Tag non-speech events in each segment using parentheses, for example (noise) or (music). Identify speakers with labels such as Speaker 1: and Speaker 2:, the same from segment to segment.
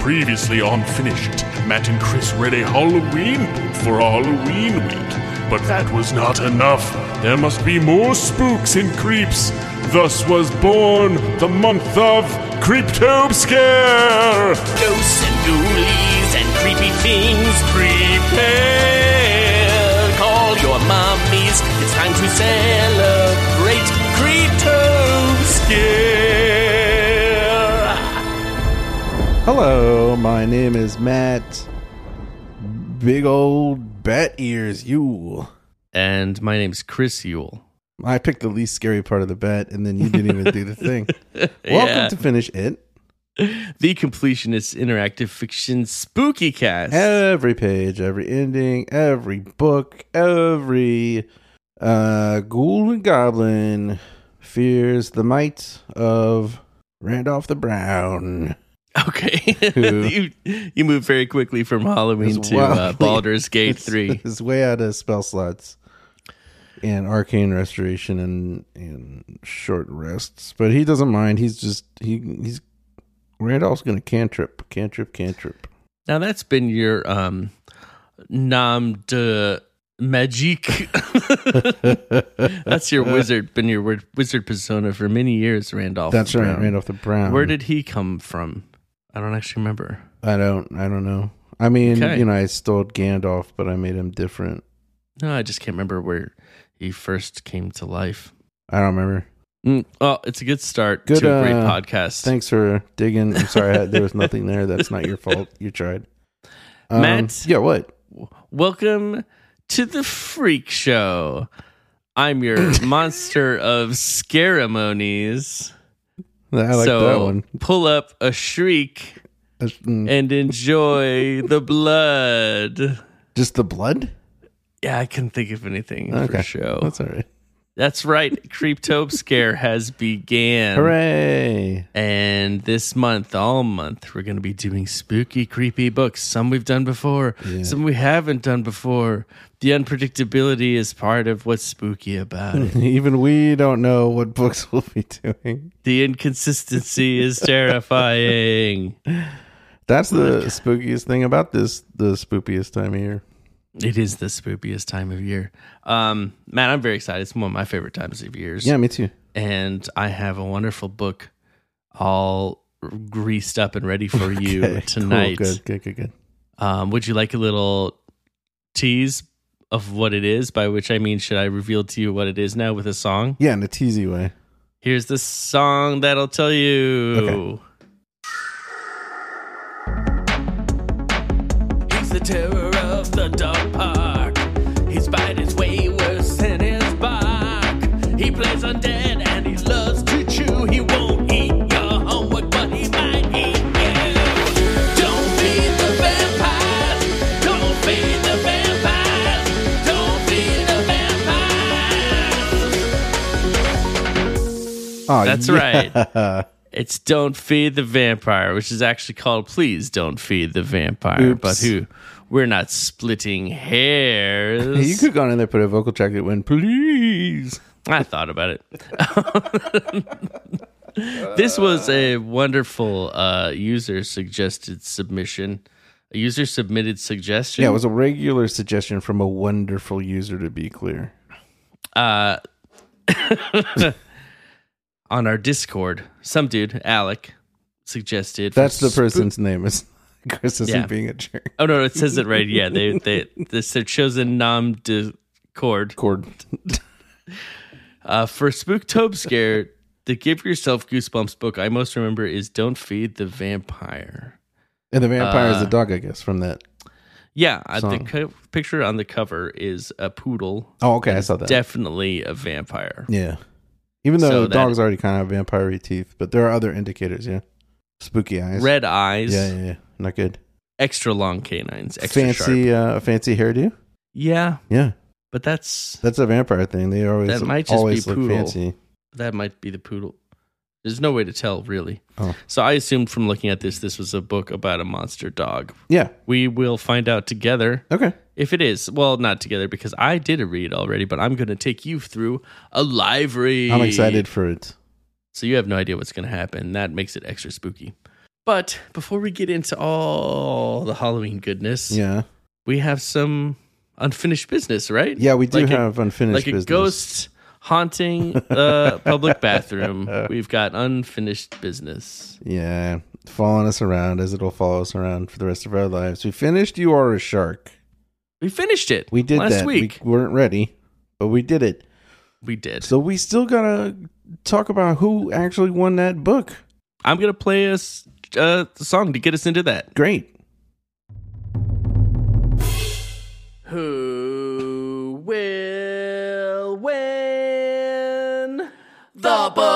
Speaker 1: Previously on Finished, Matt and Chris read a Halloween book for Halloween week, but that was not enough. There must be more spooks and creeps. Thus was born the month of Creeptobe Scare.
Speaker 2: Ghosts and ghoulies and creepy things. Prepare. Call your mummies. It's time to celebrate Creeptobe Scare.
Speaker 3: Hello, my name is Matt. Big old bat ears, you.
Speaker 4: and my name's Chris Yule.
Speaker 3: I picked the least scary part of the bat, and then you didn't even do the thing. Welcome to finish it.
Speaker 4: The Completionist Interactive Fiction Spooky Cast.
Speaker 3: Every page, every ending, every book, every uh, ghoul and goblin fears the might of Randolph the Brown.
Speaker 4: Okay,
Speaker 3: Who-
Speaker 4: (laughs) you you moved very quickly from Halloween
Speaker 3: It's
Speaker 4: to
Speaker 3: (laughs)
Speaker 4: uh,
Speaker 3: wildly-
Speaker 4: Baldur's Gate
Speaker 3: It's-
Speaker 4: Three.
Speaker 3: It's way out of spell slots and arcane restoration and and short rests, but he doesn't mind. He's just he he's Randolph's gonna cantrip, cantrip, cantrip.
Speaker 4: Now that's been your um, nom de magique. (laughs) that's your
Speaker 3: Uh,
Speaker 4: wizard. Been your word, wizard persona for many years, Randolph.
Speaker 3: That's right,
Speaker 4: Brown.
Speaker 3: Randolph the Brown.
Speaker 4: Where did he come from? I don't actually remember.
Speaker 3: I don't I don't know. I mean,
Speaker 4: Okay.
Speaker 3: you know, I stole Gandalf, but I made him different.
Speaker 4: No, I just can't remember where he first came to life.
Speaker 3: I don't remember.
Speaker 4: Mm, well, it's a good start
Speaker 3: Good,
Speaker 4: to a great
Speaker 3: uh,
Speaker 4: podcast.
Speaker 3: Thanks for digging. I'm sorry I- there was nothing there. That's not your fault. You tried. Um,
Speaker 4: Matt?
Speaker 3: Yeah, what?
Speaker 4: Welcome to the Freak Show. I'm your
Speaker 3: (coughs)
Speaker 4: monster of scaramonies.
Speaker 3: I like
Speaker 4: so
Speaker 3: that one.
Speaker 4: pull up a shriek
Speaker 3: That's- mm.
Speaker 4: and enjoy the blood.
Speaker 3: Just the blood?
Speaker 4: Yeah, I couldn't think of anything for show. That's,
Speaker 3: That's all right.
Speaker 4: right. Creeptope Scare has began.
Speaker 3: Hooray!
Speaker 4: And this month, all month, we're going to be doing spooky, creepy books. Some we've done before, some we haven't done before. The unpredictability is part of what's spooky
Speaker 3: (laughs)
Speaker 4: about it.
Speaker 3: (laughs) Even we don't know what books (laughs) we'll be doing.
Speaker 4: The inconsistency is terrifying.
Speaker 3: That's the spookiest thing about this, the spookiest time of year.
Speaker 4: It is the spookiest time of year. Um, man, I'm very excited. It's one of my favorite times of years.
Speaker 3: Yeah, me too.
Speaker 4: And I have a wonderful book all greased up and
Speaker 3: (laughs)
Speaker 4: ready for you
Speaker 3: Okay, cool,
Speaker 4: tonight.
Speaker 3: good, good, good, good.
Speaker 4: Um, would you like a little tease of what it is? By which I mean, should I reveal to you what it is now with a song?
Speaker 3: Yeah, in a teasy way.
Speaker 4: Here's the song that'll tell you.
Speaker 3: Okay.
Speaker 2: He's the terror of the dog park. His bite is way worse than his bark. He plays undead and he loves to chew. He won't eat your homework, but he might eat you. Don't feed the vampires. Don't feed the vampires. Don't feed the vampires.
Speaker 3: Oh,
Speaker 4: That's
Speaker 3: yeah. (laughs)
Speaker 4: right. It's Don't Feed the Vampire, which is actually called Please Don't Feed the Vampire.
Speaker 3: Oops.
Speaker 4: But who? We're not splitting hairs.
Speaker 3: Hey, (laughs) you could go in there, put a vocal track that went, please.
Speaker 4: I thought about it. this was a wonderful uh, user suggested submission. A user submitted suggestion.
Speaker 3: Yeah, it was a regular suggestion from a wonderful user, to be clear.
Speaker 4: uh, on our Discord. Some dude, Alec, suggested. for
Speaker 3: That's the
Speaker 4: sp-
Speaker 3: person's name. Is (laughs) Chris isn't
Speaker 4: Yeah.
Speaker 3: being a jerk.
Speaker 4: Oh no, it says it right. Yeah, they they this their chosen nom de cord
Speaker 3: Cord.
Speaker 4: (laughs) uh, for Spooktobe Scare. The Give Yourself Goosebumps book I most remember is Don't Feed the Vampire.
Speaker 3: And the vampire is a dog, I guess, from that.
Speaker 4: Yeah, uh, the
Speaker 3: Song.
Speaker 4: co- picture on the cover is a poodle.
Speaker 3: Oh, okay, I saw that.
Speaker 4: Definitely a vampire.
Speaker 3: Yeah. Even
Speaker 4: So
Speaker 3: though
Speaker 4: that-
Speaker 3: the dog's already kind of have vampire teeth, but there are other indicators, yeah. Spooky eyes.
Speaker 4: Red eyes,
Speaker 3: Yeah, yeah, yeah. Not good.
Speaker 4: extra long canines, extra sharp.
Speaker 3: fancy uh a fancy hairdo?
Speaker 4: Yeah,
Speaker 3: Yeah.
Speaker 4: but that's
Speaker 3: That's a vampire thing. They always
Speaker 4: That might just be
Speaker 3: always look
Speaker 4: poodle.
Speaker 3: fancy.
Speaker 4: that might be the poodle. There's no way to tell really.
Speaker 3: Oh.
Speaker 4: So I assumed from looking at this, this was a book about a monster dog.
Speaker 3: Yeah.
Speaker 4: We will find out together
Speaker 3: Okay.
Speaker 4: if it is. Well, not together because I did a read already, but I'm going to take you through a live read.
Speaker 3: I'm excited for it.
Speaker 4: So you have no idea what's going to happen. That makes it extra spooky. But before we get into all the Halloween goodness,
Speaker 3: Yeah.
Speaker 4: we have some unfinished business, right?
Speaker 3: Yeah, we do
Speaker 4: Like a-
Speaker 3: have unfinished
Speaker 4: like
Speaker 3: business.
Speaker 4: a ghost
Speaker 3: (laughs)
Speaker 4: haunting the public bathroom. We've got unfinished business.
Speaker 3: Yeah, following us around as it'll follow us around for the rest of our lives. We finished You Are a Shark.
Speaker 4: We finished it.
Speaker 3: We did
Speaker 4: last
Speaker 3: that.
Speaker 4: week.
Speaker 3: We weren't ready, but we did it.
Speaker 4: We, did.
Speaker 3: So we still got to talk about who actually won that book.
Speaker 4: I'm gonna play us uh, a song to get us into that. (laughs)
Speaker 3: Great.
Speaker 4: Who will win?
Speaker 2: The book.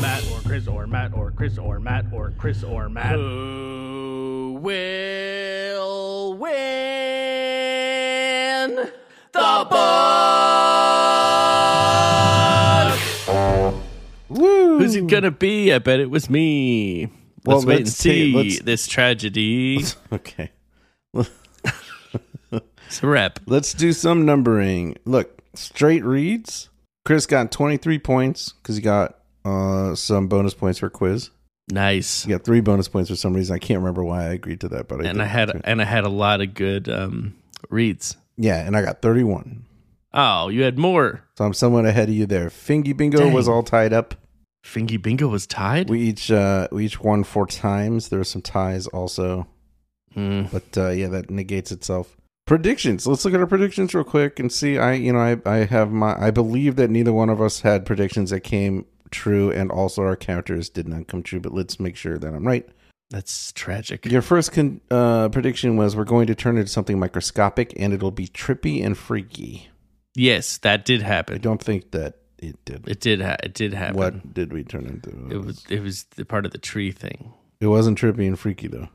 Speaker 5: Matt or Chris or Matt or Chris or Matt or Chris or Matt.
Speaker 4: Who will win?
Speaker 2: The book.
Speaker 3: Woo!
Speaker 4: Who's it gonna be? I bet it was me.
Speaker 3: Well,
Speaker 4: Let's wait and
Speaker 3: let's see.
Speaker 4: see
Speaker 3: Let's-
Speaker 4: this
Speaker 3: (laughs)
Speaker 4: tragedy.
Speaker 3: okay.
Speaker 4: It's a wrap.
Speaker 3: Let's do some numbering. Look, straight reads. Chris got 23 points because he got uh, some bonus points for quiz.
Speaker 4: Nice.
Speaker 3: He got three bonus points for some reason. I can't remember why I agreed to that, but I
Speaker 4: and
Speaker 3: did.
Speaker 4: I had and I had a lot of good um, reads.
Speaker 3: yeah, and I got 31.
Speaker 4: Oh, you had more.
Speaker 3: So I'm somewhat ahead of you there. Fingy Bingo was all tied up.
Speaker 4: Fingy Bingo was tied.
Speaker 3: We each uh, we each won four times. There were some ties also,
Speaker 4: Hmm.
Speaker 3: but uh, yeah, that negates itself. Predictions. Let's look at our predictions real quick and see. I you know I I have my I believe that neither one of us had predictions that came true, and also our counters did not come true. But let's make sure that I'm right.
Speaker 4: That's tragic.
Speaker 3: Your first con- uh, prediction was we're going to turn into something microscopic, and it'll be trippy and freaky.
Speaker 4: Yes, that did
Speaker 3: I
Speaker 4: happen.
Speaker 3: don't think that it did.
Speaker 4: It did. Ha- it did happen.
Speaker 3: what did we turn into?
Speaker 4: It was. It was the part of the tree thing.
Speaker 3: It wasn't trippy and freaky though.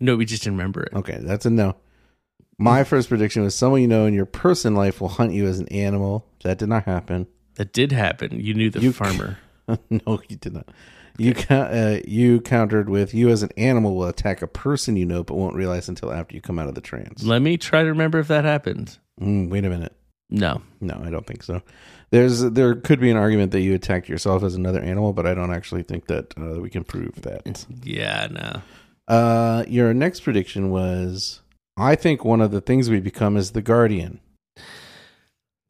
Speaker 4: No, we just didn't remember it.
Speaker 3: Okay, that's a no.
Speaker 4: (laughs)
Speaker 3: My first prediction was someone you know in your person life will hunt you as an animal. That did not happen.
Speaker 4: That did happen. You knew the
Speaker 3: You-
Speaker 4: farmer.
Speaker 3: (laughs) no, you did not. You cou- uh, you countered with you as an animal will attack a person you know but won't realize until after you come out of the trance.
Speaker 4: Let me try to remember if that happened.
Speaker 3: Mm, wait a minute.
Speaker 4: No.
Speaker 3: No, I don't think so. There's there could be an argument that you attacked yourself as another animal, but I don't actually think that uh, we can prove that.
Speaker 4: Yeah. No.
Speaker 3: Uh, your next prediction was I think one of the things we become is the guardian.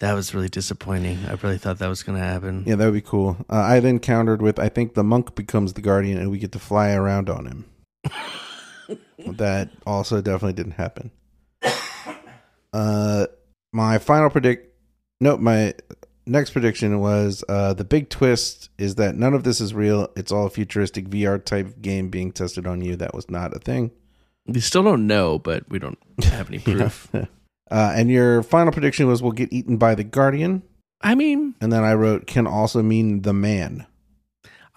Speaker 4: That was really disappointing. I really thought that was going to happen.
Speaker 3: Yeah, that would be cool. Uh, I then countered with I think the monk becomes the guardian and we get to fly around on him. that also definitely didn't happen. Uh, my final predict. Nope, my next prediction was uh, the big twist is that none of this is real. It's all a futuristic VR type game being tested on you. That was not a thing.
Speaker 4: We still don't know, but we don't have (laughs) any proof.
Speaker 3: uh, and your final prediction was we'll get eaten by the guardian.
Speaker 4: I mean,
Speaker 3: And then I wrote can also mean the man.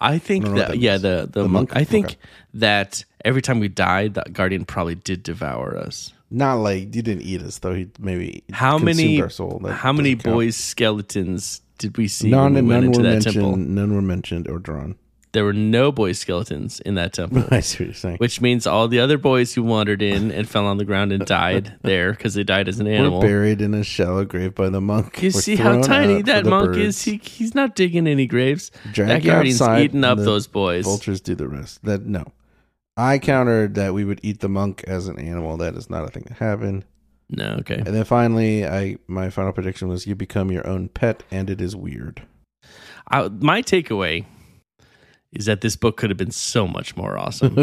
Speaker 4: I think
Speaker 3: I don't know
Speaker 4: that,
Speaker 3: what that
Speaker 4: yeah,
Speaker 3: means.
Speaker 4: the, the,
Speaker 3: The
Speaker 4: monk.
Speaker 3: monk?
Speaker 4: I think
Speaker 3: Okay.
Speaker 4: that every time we died, that guardian probably did devour us.
Speaker 3: Not like you didn't eat us though. He maybe
Speaker 4: How
Speaker 3: consumed
Speaker 4: many?
Speaker 3: our soul. That
Speaker 4: how many
Speaker 3: doesn't count.
Speaker 4: boys' skeletons did we see
Speaker 3: None,
Speaker 4: when we went
Speaker 3: none
Speaker 4: into
Speaker 3: were
Speaker 4: that
Speaker 3: mentioned.
Speaker 4: temple?
Speaker 3: None were mentioned or drawn. (laughs)
Speaker 4: There were no boys' skeletons in that temple,
Speaker 3: I see what you're saying.
Speaker 4: which means all the other boys who wandered in and fell on the ground and
Speaker 3: (laughs)
Speaker 4: died there because they died as an
Speaker 3: were
Speaker 4: animal.
Speaker 3: buried in a shallow grave by the monk.
Speaker 4: You
Speaker 3: Were
Speaker 4: see how
Speaker 3: thrown
Speaker 4: tiny
Speaker 3: out for
Speaker 4: that
Speaker 3: the
Speaker 4: monk
Speaker 3: birds.
Speaker 4: is. He, he's not digging any graves.
Speaker 3: Dragged
Speaker 4: that guardian's
Speaker 3: outside
Speaker 4: eating up
Speaker 3: the
Speaker 4: those boys.
Speaker 3: Vultures do the rest. That no. I countered that we would eat the monk as an animal. That is not a thing that happened.
Speaker 4: No, okay.
Speaker 3: And then finally, I my final prediction was you become your own pet, and it is weird. (laughs)
Speaker 4: I, my takeaway is that this book could have been so much
Speaker 3: (laughs)
Speaker 4: more awesome.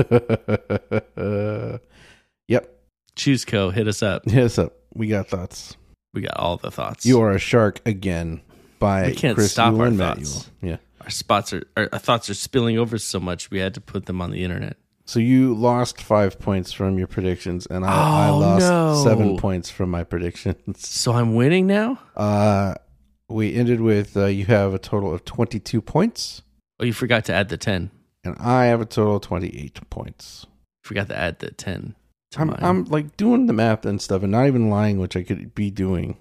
Speaker 3: yep.
Speaker 4: Choose Co. Hit us up.
Speaker 3: Hit us up. We got thoughts.
Speaker 4: We got all the thoughts.
Speaker 3: You are a shark again by
Speaker 4: We can't
Speaker 3: Chris
Speaker 4: stop
Speaker 3: Yule
Speaker 4: our
Speaker 3: and Matt
Speaker 4: thoughts.
Speaker 3: Yule. Yeah.
Speaker 4: our spots are our, our thoughts are spilling over so much. We had to put them on the internet.
Speaker 3: So you lost five points from your predictions, and I, I
Speaker 4: Oh,
Speaker 3: lost
Speaker 4: no.
Speaker 3: seven points from my predictions.
Speaker 4: (laughs) So I'm winning now.
Speaker 3: Uh, we ended with uh, you have a total of twenty-two points,
Speaker 4: Oh, you forgot to add the ten.
Speaker 3: and I have a total of twenty-eight points.
Speaker 4: Forgot to add the ten. to
Speaker 3: I'm
Speaker 4: mine.
Speaker 3: I'm like doing the math and stuff, and not even lying, which I could be doing.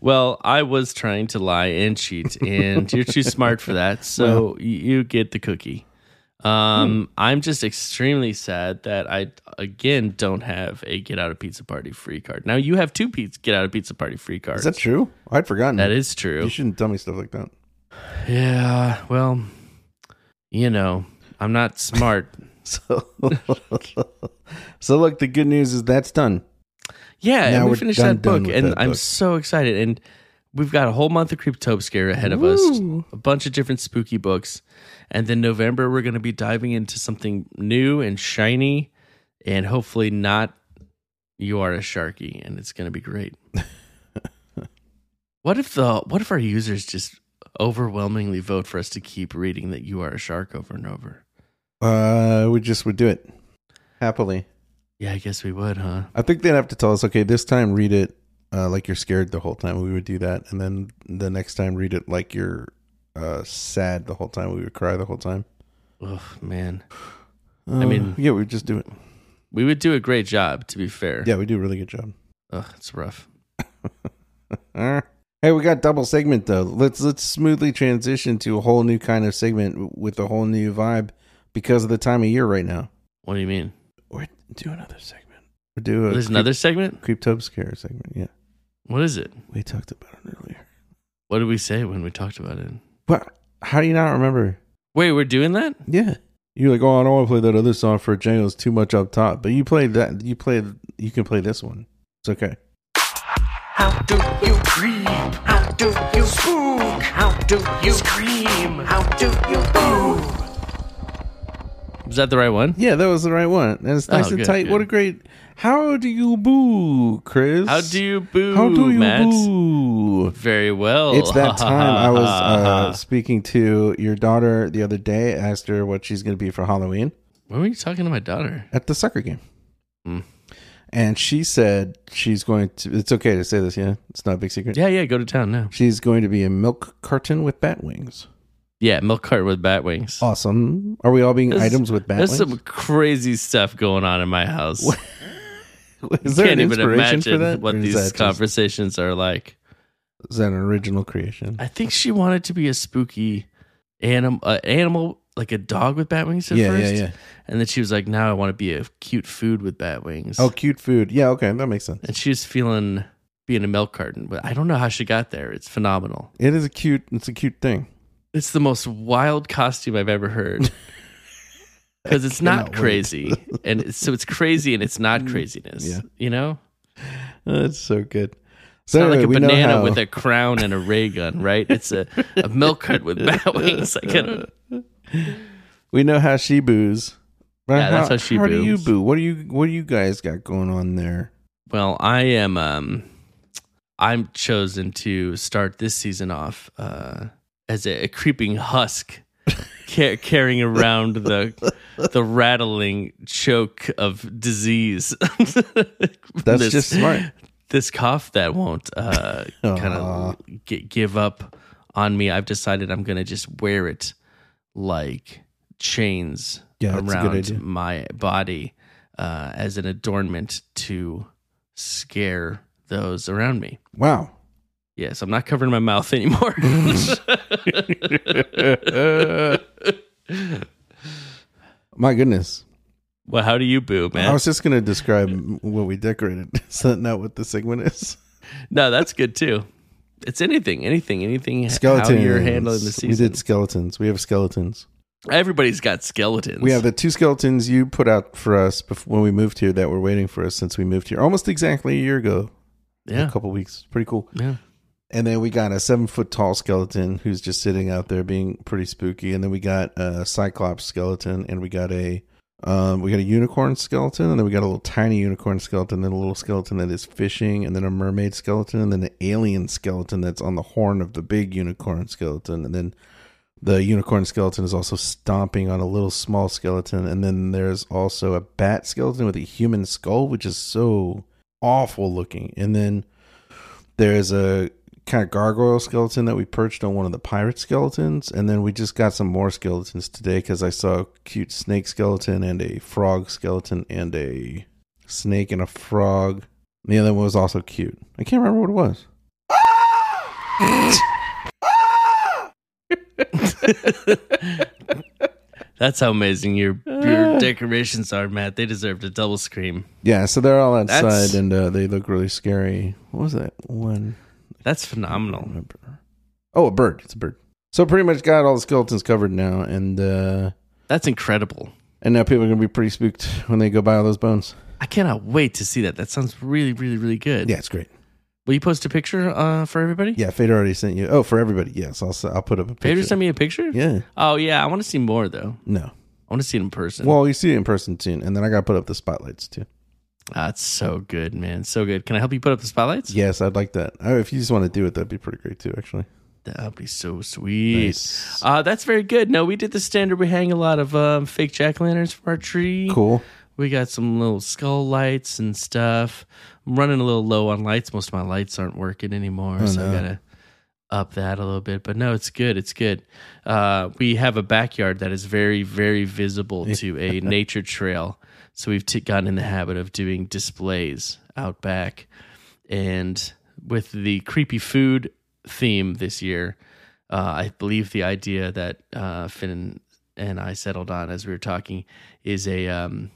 Speaker 4: well, I was trying
Speaker 3: (laughs)
Speaker 4: to lie and cheat, and you're too smart for that. So y you get the cookie.
Speaker 3: Hmm.
Speaker 4: Um, I'm just extremely sad that I again don't have a get out of pizza party free card. Now you have two pizza get out of pizza party free cards.
Speaker 3: Is that true? I'd forgotten.
Speaker 4: that is
Speaker 3: You
Speaker 4: true.
Speaker 3: shouldn't tell me stuff like
Speaker 4: (laughs)
Speaker 3: that. (laughs)
Speaker 4: Yeah. Well, you know, I'm not smart.
Speaker 3: So, (laughs) so look, the good news is that's done.
Speaker 4: Yeah,
Speaker 3: Now
Speaker 4: and we
Speaker 3: we're
Speaker 4: finished
Speaker 3: done-
Speaker 4: that
Speaker 3: done
Speaker 4: book,
Speaker 3: with
Speaker 4: and
Speaker 3: that
Speaker 4: I'm
Speaker 3: book.
Speaker 4: so excited. And we've got a whole month of Creeptope Scare ahead of us, a bunch of different spooky books, and then November we're going to be diving into something new and shiny, and hopefully not you are a sharky, and it's going to
Speaker 3: (laughs)
Speaker 4: be great. what if the what if our users just overwhelmingly vote for us to keep reading that you are a shark over and over?
Speaker 3: Uh, we just would do it happily.
Speaker 4: Yeah, I guess we would, huh?
Speaker 3: I think they'd have to tell us, okay, this time read it uh, like you're scared the whole time. We would do that, and then the next time read it like you're uh, sad the whole time. We would cry the whole time.
Speaker 4: Oh man, I mean-
Speaker 3: Uh, yeah, we would just do it.
Speaker 4: we would do a great job. To be fair,
Speaker 3: Yeah, we do a really good job.
Speaker 4: Ugh, it's rough.
Speaker 3: Uh, Hey, we got double segment though. Let's let's smoothly transition to a whole new kind of segment with a whole new vibe because of the time of year right now.
Speaker 4: What do you mean?
Speaker 3: Or do another segment. Or do a
Speaker 4: There's another segment.
Speaker 3: creep tub scare segment. Yeah,
Speaker 4: What is it?
Speaker 3: we talked about it earlier.
Speaker 4: What did we say when we talked about it?
Speaker 3: But how do you not remember?
Speaker 4: Wait, we're doing that?
Speaker 3: Yeah, you're like, oh, I don't want to play that other song for Django. It's too much up top. But you played that. You played. You can play this one. It's okay.
Speaker 2: How do you creep? How do you spook? How do you scream? How do you boo?
Speaker 4: Is that the right one?
Speaker 3: Yeah, that was the right one. And it's
Speaker 4: Oh,
Speaker 3: nice and
Speaker 4: good,
Speaker 3: tight. What a
Speaker 4: good.
Speaker 3: great. How do you boo, Chris?
Speaker 4: How do you boo,
Speaker 3: How do you
Speaker 4: Matt?
Speaker 3: boo?
Speaker 4: Very well.
Speaker 3: It's
Speaker 4: (laughs)
Speaker 3: that time I was uh, speaking to your daughter the other day. I asked her what she's going to be for Halloween
Speaker 4: when were you talking to my daughter?
Speaker 3: at the soccer game,
Speaker 4: Hmm.
Speaker 3: and she said she's going to. It's okay to say this, yeah. It's not a big secret.
Speaker 4: Yeah, yeah, go to town now.
Speaker 3: She's going to be a milk carton with bat wings.
Speaker 4: Yeah, milk cart with bat wings.
Speaker 3: Awesome. Are we all being
Speaker 4: There's-
Speaker 3: Oh, items with bat
Speaker 4: There's
Speaker 3: wings?
Speaker 4: some crazy stuff going on in
Speaker 3: (laughs)
Speaker 4: my house.
Speaker 3: is there an
Speaker 4: Can't even
Speaker 3: inspiration
Speaker 4: imagine
Speaker 3: for that?
Speaker 4: what
Speaker 3: Or is
Speaker 4: these
Speaker 3: that just-
Speaker 4: conversations are like.
Speaker 3: is that an original creation?
Speaker 4: I think she wanted to be a spooky animal, uh, animal like a dog with bat wings at
Speaker 3: Yeah, yeah,
Speaker 4: first.
Speaker 3: yeah.
Speaker 4: And then she was like, "Now I want to be a cute food with bat wings."
Speaker 3: Oh, cute food. Yeah, okay, that makes sense.
Speaker 4: and she was feeling being a milk carton, but I don't know how she got there. It's phenomenal.
Speaker 3: It is a cute. It's a cute thing.
Speaker 4: It's the most wild costume I've ever
Speaker 3: (laughs)
Speaker 4: heard. Because it's not
Speaker 3: cannot wait.
Speaker 4: crazy,
Speaker 3: (laughs)
Speaker 4: and it's- so it's crazy, and it's not craziness.
Speaker 3: Yeah.
Speaker 4: You know,
Speaker 3: That's Oh, so good.
Speaker 4: it's
Speaker 3: So
Speaker 4: not like
Speaker 3: anyway,
Speaker 4: a
Speaker 3: we know
Speaker 4: banana
Speaker 3: how-
Speaker 4: with a crown and a ray gun, right? It's a, a milk
Speaker 3: (laughs)
Speaker 4: carton with bat wings. Like, I don't-
Speaker 3: We know how she boos. But
Speaker 4: Yeah, that's how she
Speaker 3: How do you
Speaker 4: boos.
Speaker 3: boo? What do you What do you guys got going on
Speaker 4: (laughs)
Speaker 3: there?
Speaker 4: Well, I am. Um, I'm chosen to start this season off uh, as a, a creeping husk, ca- carrying around the the rattling choke of disease. (laughs)
Speaker 3: That's just smart.
Speaker 4: This cough that won't
Speaker 3: (laughs)
Speaker 4: uh, kind
Speaker 3: Aw.
Speaker 4: of g- give up on me. I've decided I'm going to just wear it like chains
Speaker 3: Yeah, that's a good idea.
Speaker 4: around my body uh, as an adornment to scare those around me.
Speaker 3: Wow.
Speaker 4: Yes, I'm not covering my
Speaker 3: (laughs)
Speaker 4: mouth (laughs) anymore.
Speaker 3: My goodness.
Speaker 4: well, how do you boo, man?
Speaker 3: I was just going to describe what we decorated. (laughs) Is that not what the segment is?
Speaker 4: no, that's good too. It's anything, anything, anything.
Speaker 3: Skeletons.
Speaker 4: (laughs) How you're handling the
Speaker 3: We
Speaker 4: season.
Speaker 3: did skeletons. We have skeletons.
Speaker 4: Everybody's got skeletons.
Speaker 3: We have the two skeletons you put out for us bef- when we moved here that were waiting for us since we moved here almost exactly a year ago.
Speaker 4: yeah,
Speaker 3: A couple weeks. Pretty cool.
Speaker 4: yeah.
Speaker 3: And then we got a seven foot tall skeleton who's just sitting out there being pretty spooky. And then we got a cyclops skeleton, and we got a um, we got a unicorn skeleton, and then we got a little tiny unicorn skeleton, then a little skeleton that is fishing, and then a mermaid skeleton, and then an alien skeleton that's on the horn of the big unicorn skeleton, and then the unicorn skeleton is also stomping on a little small skeleton, and then there's also a bat skeleton with a human skull, which is so awful looking, and then there's a kind of gargoyle skeleton that we perched on one of the pirate skeletons and then we just got some more skeletons today because i saw a cute snake skeleton and a frog skeleton and a snake and a frog And the other one was also cute i can't remember what it was
Speaker 4: That's how amazing your
Speaker 3: Ah.
Speaker 4: your decorations are, Matt. They deserved a double scream.
Speaker 3: Yeah, so they're all outside
Speaker 4: That's-
Speaker 3: and uh, they look really scary. What was that one?
Speaker 4: That's
Speaker 3: I don't
Speaker 4: phenomenal.
Speaker 3: remember. Oh, a bird. It's a bird. So pretty much got all the skeletons covered now, and uh,
Speaker 4: That's incredible.
Speaker 3: and now people are gonna be pretty spooked when they go by all those bones.
Speaker 4: I cannot wait to see that. That sounds really, really, really good.
Speaker 3: Yeah, it's great.
Speaker 4: Will you post a picture uh, for everybody?
Speaker 3: Yeah, Fader already sent you. Oh, for everybody. Yes, I'll s- I'll put up a picture.
Speaker 4: Vader sent me a picture?
Speaker 3: Yeah.
Speaker 4: Oh, yeah. I want to see more, though.
Speaker 3: No.
Speaker 4: I want to see it in person.
Speaker 3: Well, you see it in person soon, and then I gotta put up the spotlights too.
Speaker 4: That's Ah, so good, man. So good. Can I help you put up the spotlights?
Speaker 3: Yes, I'd like that. Oh, if you just want to do it, that'd be pretty great too. Actually,
Speaker 4: That would be so sweet.
Speaker 3: Nice.
Speaker 4: Uh, that's very good. No, we did the standard. We hang a lot of um, fake jack o' lanterns from our tree.
Speaker 3: cool.
Speaker 4: We got some little skull lights and stuff. I'm running a little low on lights. Most of my lights aren't working anymore, so I gotta up that a little bit. But no, it's good. It's good. Uh, we have a backyard that is very, very visible to a nature trail. So we've t- gotten in the habit of doing displays out back, and with the creepy food theme this year, uh, I believe the idea that uh, Finn and I settled on as we were talking is a um,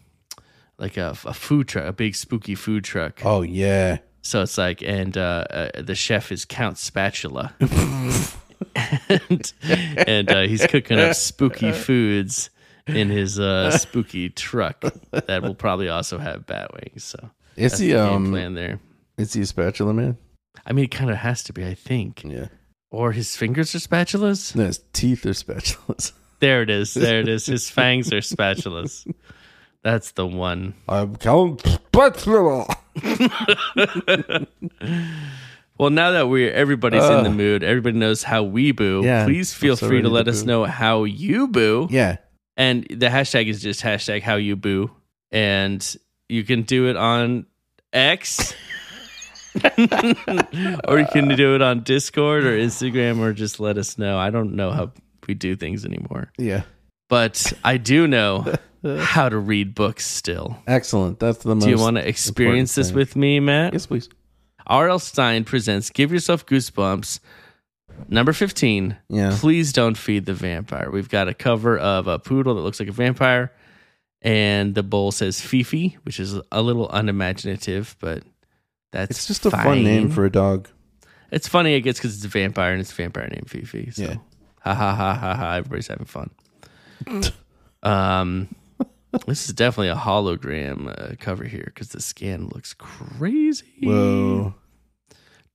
Speaker 4: like a, a food truck, a big spooky food truck.
Speaker 3: Oh yeah.
Speaker 4: So it's like, and uh, uh, the chef is Count
Speaker 3: (laughs)
Speaker 4: Spatula, and, and uh, he's cooking up
Speaker 3: Uh.
Speaker 4: spooky foods in his
Speaker 3: (laughs)
Speaker 4: uh, spooky truck that will probably also have bat wings. So
Speaker 3: It's
Speaker 4: that's
Speaker 3: the,
Speaker 4: the game
Speaker 3: um.
Speaker 4: plan there.
Speaker 3: It's the spatula man.
Speaker 4: I mean, it kind of has to be, I think.
Speaker 3: Yeah.
Speaker 4: Or his fingers are spatulas.
Speaker 3: No, his teeth are spatulas. (laughs)
Speaker 4: There it is. There it is. His fangs are spatulas. That's the one.
Speaker 3: I'm Count Spatula.
Speaker 4: Well, now that we're everybody's in the mood, everybody knows how we boo.
Speaker 3: Yeah,
Speaker 4: please feel
Speaker 3: I'm so
Speaker 4: free
Speaker 3: ready
Speaker 4: to
Speaker 3: to
Speaker 4: let us
Speaker 3: boo.
Speaker 4: know how you boo.
Speaker 3: Yeah.
Speaker 4: And the hashtag is just hashtag how you boo. And you can do it on X. (laughs) or you can do it on Discord or Instagram or just let us know. I don't know how we do things anymore.
Speaker 3: Yeah.
Speaker 4: But I do know how to read books still.
Speaker 3: Excellent. That's the most.
Speaker 4: Do you want to experience this
Speaker 3: thing.
Speaker 4: with me, Matt?
Speaker 3: Yes, please.
Speaker 4: R.L. Stein presents Give Yourself Goosebumps, number 15.
Speaker 3: Yeah.
Speaker 4: Please don't feed the vampire. We've got a cover of a poodle that looks like a vampire, and the bowl says Fifi, which is a little unimaginative, but that's
Speaker 3: It's just a fun name
Speaker 4: fine.
Speaker 3: for a dog.
Speaker 4: It's funny, I guess, because it's a vampire and it's a vampire named Fifi. So.
Speaker 3: Yeah.
Speaker 4: Ha ha ha ha ha. Everybody's having fun. (laughs) um, this is definitely a hologram uh, cover here because the scan looks crazy.
Speaker 3: Whoa.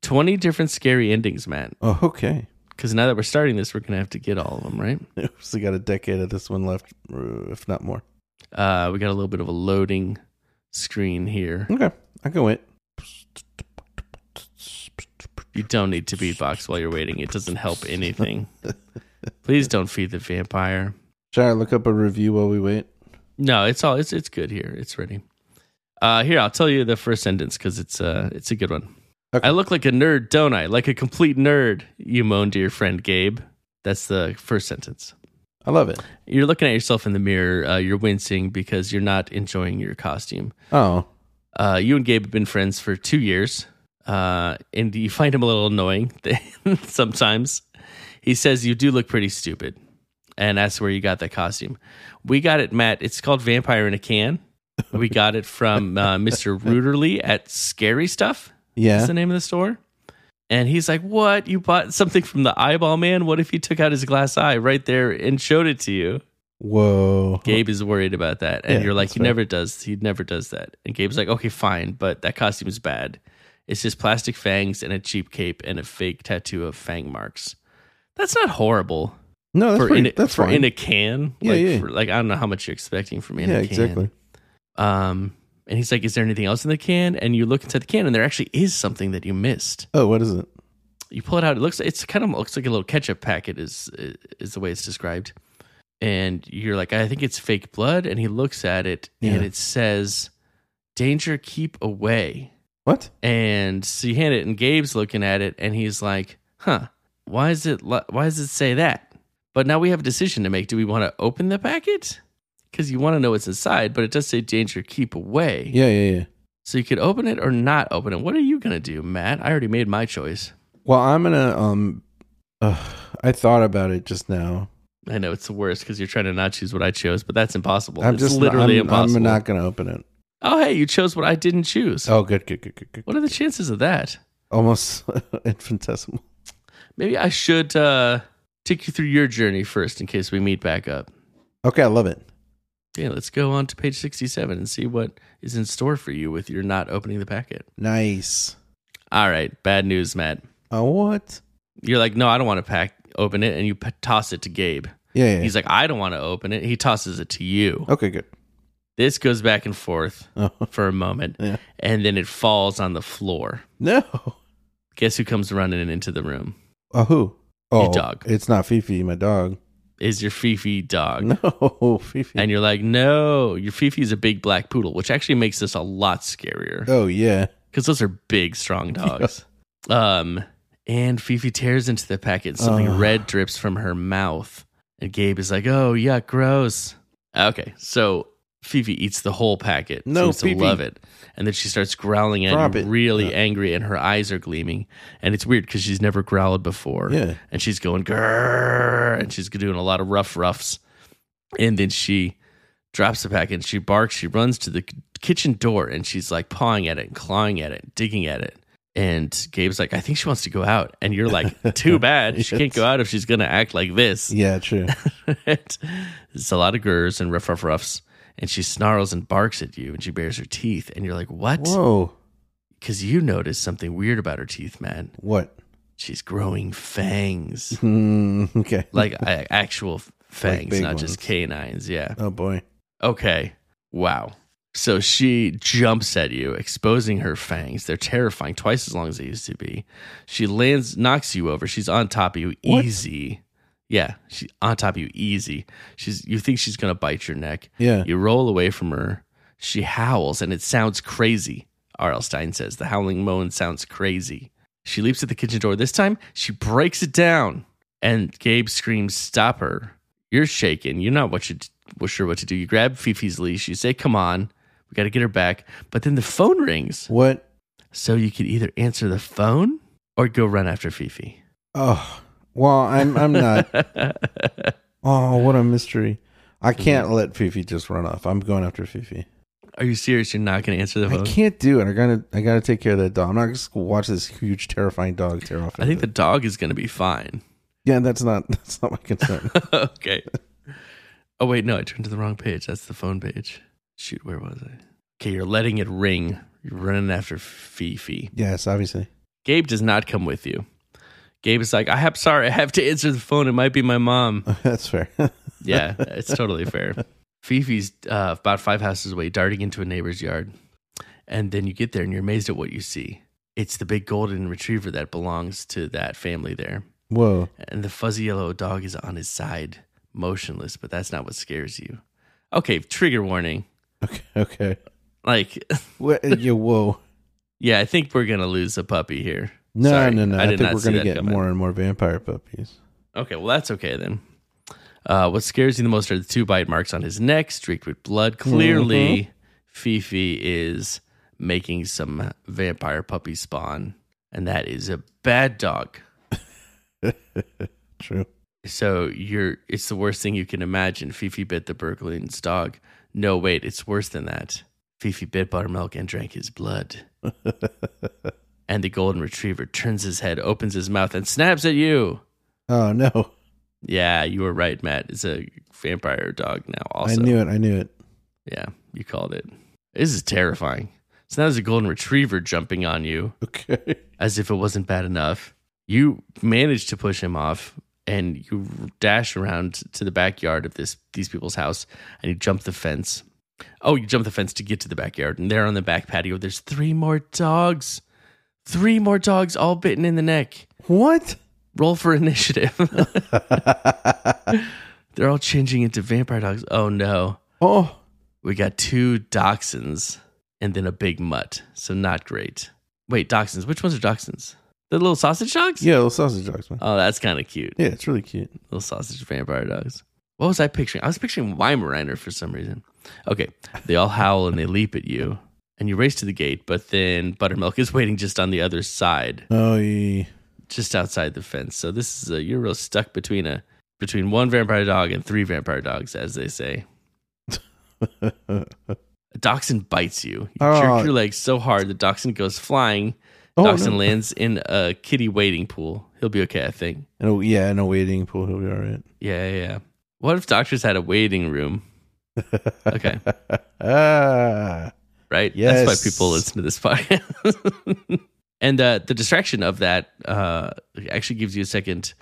Speaker 4: 20 different scary endings, Matt.
Speaker 3: Oh, okay. (laughs)
Speaker 4: Because now that we're starting this, we're going to have to get all of them, right?
Speaker 3: We still got a decade of this one left, uh, if not more.
Speaker 4: Uh, we got a little bit of a loading screen here.
Speaker 3: Okay. I can wait.
Speaker 4: You don't need to beatbox while you're waiting, it doesn't help anything. Please don't feed the vampire.
Speaker 3: Should I look up a review while we wait?
Speaker 4: No, it's all it's it's good here. It's ready. Uh, here, I'll tell you the first sentence because it's uh it's a good one.
Speaker 3: Okay.
Speaker 4: I look like a nerd, don't I? Like a complete nerd. You moan to your friend Gabe. That's the first sentence.
Speaker 3: I love it.
Speaker 4: You're looking at yourself in the mirror. Uh, you're wincing because you're not enjoying your costume.
Speaker 3: Oh.
Speaker 4: Uh, you and Gabe have been friends for two years, uh, and you (laughs) find him a little annoying (laughs) sometimes. He says you do look pretty stupid, and that's where you got that costume. We got it, Matt. It's called Vampire in a Can. We got it from uh, Mr. Ruderly at Scary Stuff.
Speaker 3: Yeah.
Speaker 4: Is the name of the store? And he's like, "What? You bought something from the Eyeball Man? What if he took out his glass eye right there and showed it to you?"
Speaker 3: Whoa.
Speaker 4: Gabe is worried about that, and
Speaker 3: Yeah,
Speaker 4: you're like,
Speaker 3: that's
Speaker 4: he
Speaker 3: fair.
Speaker 4: never does. He never does that. And Gabe's like, okay, fine, but that costume is bad. It's just plastic fangs and a cheap cape and a fake tattoo of fang marks. That's not horrible
Speaker 3: No, that's
Speaker 4: for
Speaker 3: pretty,
Speaker 4: in a,
Speaker 3: that's
Speaker 4: for
Speaker 3: fine.
Speaker 4: in a can.
Speaker 3: Yeah,
Speaker 4: like,
Speaker 3: yeah.
Speaker 4: For, like I don't know how much you're expecting from in
Speaker 3: yeah,
Speaker 4: a can.
Speaker 3: exactly.
Speaker 4: Um, and he's like, is there anything else in the can? And you look inside the can, and there actually is something that you missed.
Speaker 3: Oh, what is it?
Speaker 4: You pull it out. It looks. It's kind of looks like a little ketchup packet. Is is the way it's described. And you're like, I think it's fake blood. And he looks at it,
Speaker 3: Yeah.
Speaker 4: and it says, "Danger, keep away."
Speaker 3: What?
Speaker 4: And so you hand it, and Gabe's looking at it, and he's like, "Huh? Why is it? li- Why does it say that?" But now we have a decision to make. Do we want to open the packet? Because you want to know what's inside, but it does say "danger, keep away."
Speaker 3: Yeah, yeah, yeah.
Speaker 4: So you could open it or not open it. What are you gonna do, Matt? I already made my choice.
Speaker 3: Well, I'm gonna um, uh, I thought about it just now,
Speaker 4: I know it's the worst because you're trying to not choose what I chose, but that's impossible.
Speaker 3: I'm
Speaker 4: it's
Speaker 3: just
Speaker 4: literally
Speaker 3: I'm,
Speaker 4: impossible.
Speaker 3: I'm not going to open it.
Speaker 4: oh, hey, you chose what I didn't choose.
Speaker 3: Oh, good, good, good, good, good.
Speaker 4: What are the chances of that?
Speaker 3: Almost (laughs) infinitesimal.
Speaker 4: Maybe I should uh, take you through your journey first in case we meet back up.
Speaker 3: Okay, I love it.
Speaker 4: Yeah, let's go on to page 67 and see what is in store for you with your not opening the packet.
Speaker 3: Nice.
Speaker 4: All right, bad news, Matt.
Speaker 3: Oh, what?
Speaker 4: You're like, no, I don't want to pack, open it, and you p- toss it to Gabe.
Speaker 3: Yeah, yeah. yeah.
Speaker 4: He's like, I don't want to open it. He tosses it to you.
Speaker 3: okay, good.
Speaker 4: This goes back and forth
Speaker 3: Oh,
Speaker 4: (laughs) for a moment,
Speaker 3: Yeah.
Speaker 4: and then it falls on the floor.
Speaker 3: no.
Speaker 4: Guess who comes running into the room?
Speaker 3: Oh, who? Oh,
Speaker 4: dog.
Speaker 3: It's not Fifi, my dog. (laughs)
Speaker 4: Is your Fifi dog.
Speaker 3: No, Fifi.
Speaker 4: And you're like, no, your Fifi's a big black poodle, which actually makes this a lot scarier.
Speaker 3: oh, yeah.
Speaker 4: because those are big,
Speaker 3: (laughs)
Speaker 4: strong dogs. Um, and Fifi tears into the packet. and Something
Speaker 3: Ugh.
Speaker 4: red drips from her mouth, and Gabe is like, "Oh, yuck, gross." Okay, so Fifi eats the whole packet.
Speaker 3: No,
Speaker 4: seems
Speaker 3: Fifi.
Speaker 4: to love it, and then she starts growling at
Speaker 3: Drop
Speaker 4: you,
Speaker 3: it.
Speaker 4: really angry, and her eyes are gleaming. And it's weird because she's never growled before.
Speaker 3: Yeah.
Speaker 4: and she's going grrr, and she's doing a lot of rough roughs, and then she drops the packet and she barks she runs to the k- kitchen door and she's like pawing at it and clawing at it digging at it and gabe's like i think she wants to go out and
Speaker 3: (laughs)
Speaker 4: you're like too bad she can't go out if she's gonna act like this
Speaker 3: Yeah,
Speaker 4: (laughs)
Speaker 3: true.
Speaker 4: it's a lot of grrs and ruff ruff ruffs and she snarls and barks at you and she bares her teeth and you're like what
Speaker 3: Whoa.
Speaker 4: because you notice something weird about her teeth man
Speaker 3: What?
Speaker 4: she's growing fangs
Speaker 3: (laughs) Hmm. okay.
Speaker 4: like a- actual fangs
Speaker 3: big
Speaker 4: not just
Speaker 3: ones.
Speaker 4: canines yeah
Speaker 3: Oh, boy.
Speaker 4: Okay. Wow. So she jumps at you, exposing her fangs. They're terrifying, twice as long as they used to be. She lands, knocks you over. She's on top of you,
Speaker 3: What?
Speaker 4: easy. Yeah, she's on top of you, easy. She's you think she's gonna bite your neck.
Speaker 3: Yeah.
Speaker 4: You roll away from her. She howls, and it sounds crazy. R.L. Stein says the howling moan sounds crazy. She leaps at the kitchen door. This time, she breaks it down, and Gabe screams, "Stop her!" You're shaken. You're not what you well, sure what to do. You grab Fifi's leash. You say, "Come on, we got to get her back." But then the phone rings,
Speaker 3: What?
Speaker 4: so you could either answer the phone or go run after Fifi.
Speaker 3: Oh, well, I'm I'm
Speaker 4: (laughs)
Speaker 3: not. oh, what a mystery. I
Speaker 4: Hmm.
Speaker 3: can't let Fifi just run off. I'm going after Fifi.
Speaker 4: Are you serious? You're not going to answer the
Speaker 3: I
Speaker 4: phone.
Speaker 3: can't do it. I gotta I gotta take care of that dog. I'm not just gonna watch this huge terrifying dog tear off.
Speaker 4: I think
Speaker 3: into-
Speaker 4: the dog is going to be fine. (laughs)
Speaker 3: yeah, that's not (laughs) that's not my concern.
Speaker 4: okay. Oh wait, no, I turned to the wrong page. That's the phone page. Shoot, where was I? Okay, you're letting it ring. You're running after Fifi.
Speaker 3: yes, obviously. (laughs)
Speaker 4: Gabe does not come with you. Gabe is like, I have sorry, I have to answer the phone. It might be my mom.
Speaker 3: (laughs) that's fair.
Speaker 4: Yeah, it's totally fair. Fifi's uh, about five houses away, darting into a neighbor's yard. And then you get there and you're amazed at what you see. It's the big golden retriever that belongs to that family there.
Speaker 3: Whoa.
Speaker 4: And the fuzzy yellow dog is on his side, motionless, but that's not what scares you. Okay, trigger warning.
Speaker 3: Okay. Okay.
Speaker 4: Like, (laughs)
Speaker 3: What? uh, Yeah. Whoa.
Speaker 4: yeah, I think we're going to lose a puppy here.
Speaker 3: No,
Speaker 4: Sorry,
Speaker 3: no, no. I,
Speaker 4: did
Speaker 3: think
Speaker 4: not
Speaker 3: we're
Speaker 4: see
Speaker 3: gonna
Speaker 4: that
Speaker 3: get
Speaker 4: coming.
Speaker 3: more and more vampire puppies.
Speaker 4: Okay, well, that's okay then. Uh, what scares you the most are the two bite marks on his neck, streaked with blood. Clearly, Fifi is making some vampire puppy spawn, and that is a bad dog.
Speaker 3: True.
Speaker 4: So you're it's the worst thing you can imagine. Fifi bit the Berkelin's dog. No, wait, it's worse than that. Fifi bit buttermilk and drank his blood. and the golden retriever turns his head, opens his mouth, and snaps at you.
Speaker 3: Oh no.
Speaker 4: Yeah, you were right, Matt. It's a vampire dog now.
Speaker 3: I
Speaker 4: Also,
Speaker 3: knew it. I knew it.
Speaker 4: yeah, you called it. This is terrifying. So now there's a golden retriever jumping on you,
Speaker 3: Okay.
Speaker 4: as if it wasn't bad enough. You manage to push him off, and you dash around to the backyard of this these people's house, and you jump the fence. Oh, you jump the fence to get to the backyard, and there on the back patio, there's three more dogs, three more dogs, all bitten in the neck.
Speaker 3: (laughs) What?
Speaker 4: Roll for initiative. They're all changing into vampire dogs. Oh no.
Speaker 3: Oh.
Speaker 4: We got two dachshunds and then a big mutt. So not great. Wait, dachshunds. Which ones are dachshunds? The little sausage dogs?
Speaker 3: Yeah. Little sausage dogs, man.
Speaker 4: Oh, that's kind of cute.
Speaker 3: Yeah, it's really cute.
Speaker 4: Little sausage vampire dogs. What was I picturing? I was picturing Weimaraner for some reason. Okay. They all howl and they leap at you. And you race to the gate, but then Buttermilk is waiting just on the other side.
Speaker 3: Oh, yeah.
Speaker 4: just outside the fence. So this is a you're real stuck between a between one vampire dog and three vampire dogs, as
Speaker 3: (laughs)
Speaker 4: they say. a dachshund bites you. You
Speaker 3: Oh.
Speaker 4: jerk your legs so hard the dachshund goes flying.
Speaker 3: Oh,
Speaker 4: dachshund
Speaker 3: no.
Speaker 4: lands in a kitty waiting pool. He'll be okay, I think.
Speaker 3: And a, yeah, in a waiting pool, he'll be all right.
Speaker 4: Yeah, yeah, yeah. What if doctors had a
Speaker 3: (laughs)
Speaker 4: waiting room? Okay,
Speaker 3: Ah, (laughs)
Speaker 4: right? That's why people
Speaker 3: Yes.
Speaker 4: listen to this (laughs) podcast. and uh, the distraction of that uh, actually gives you a second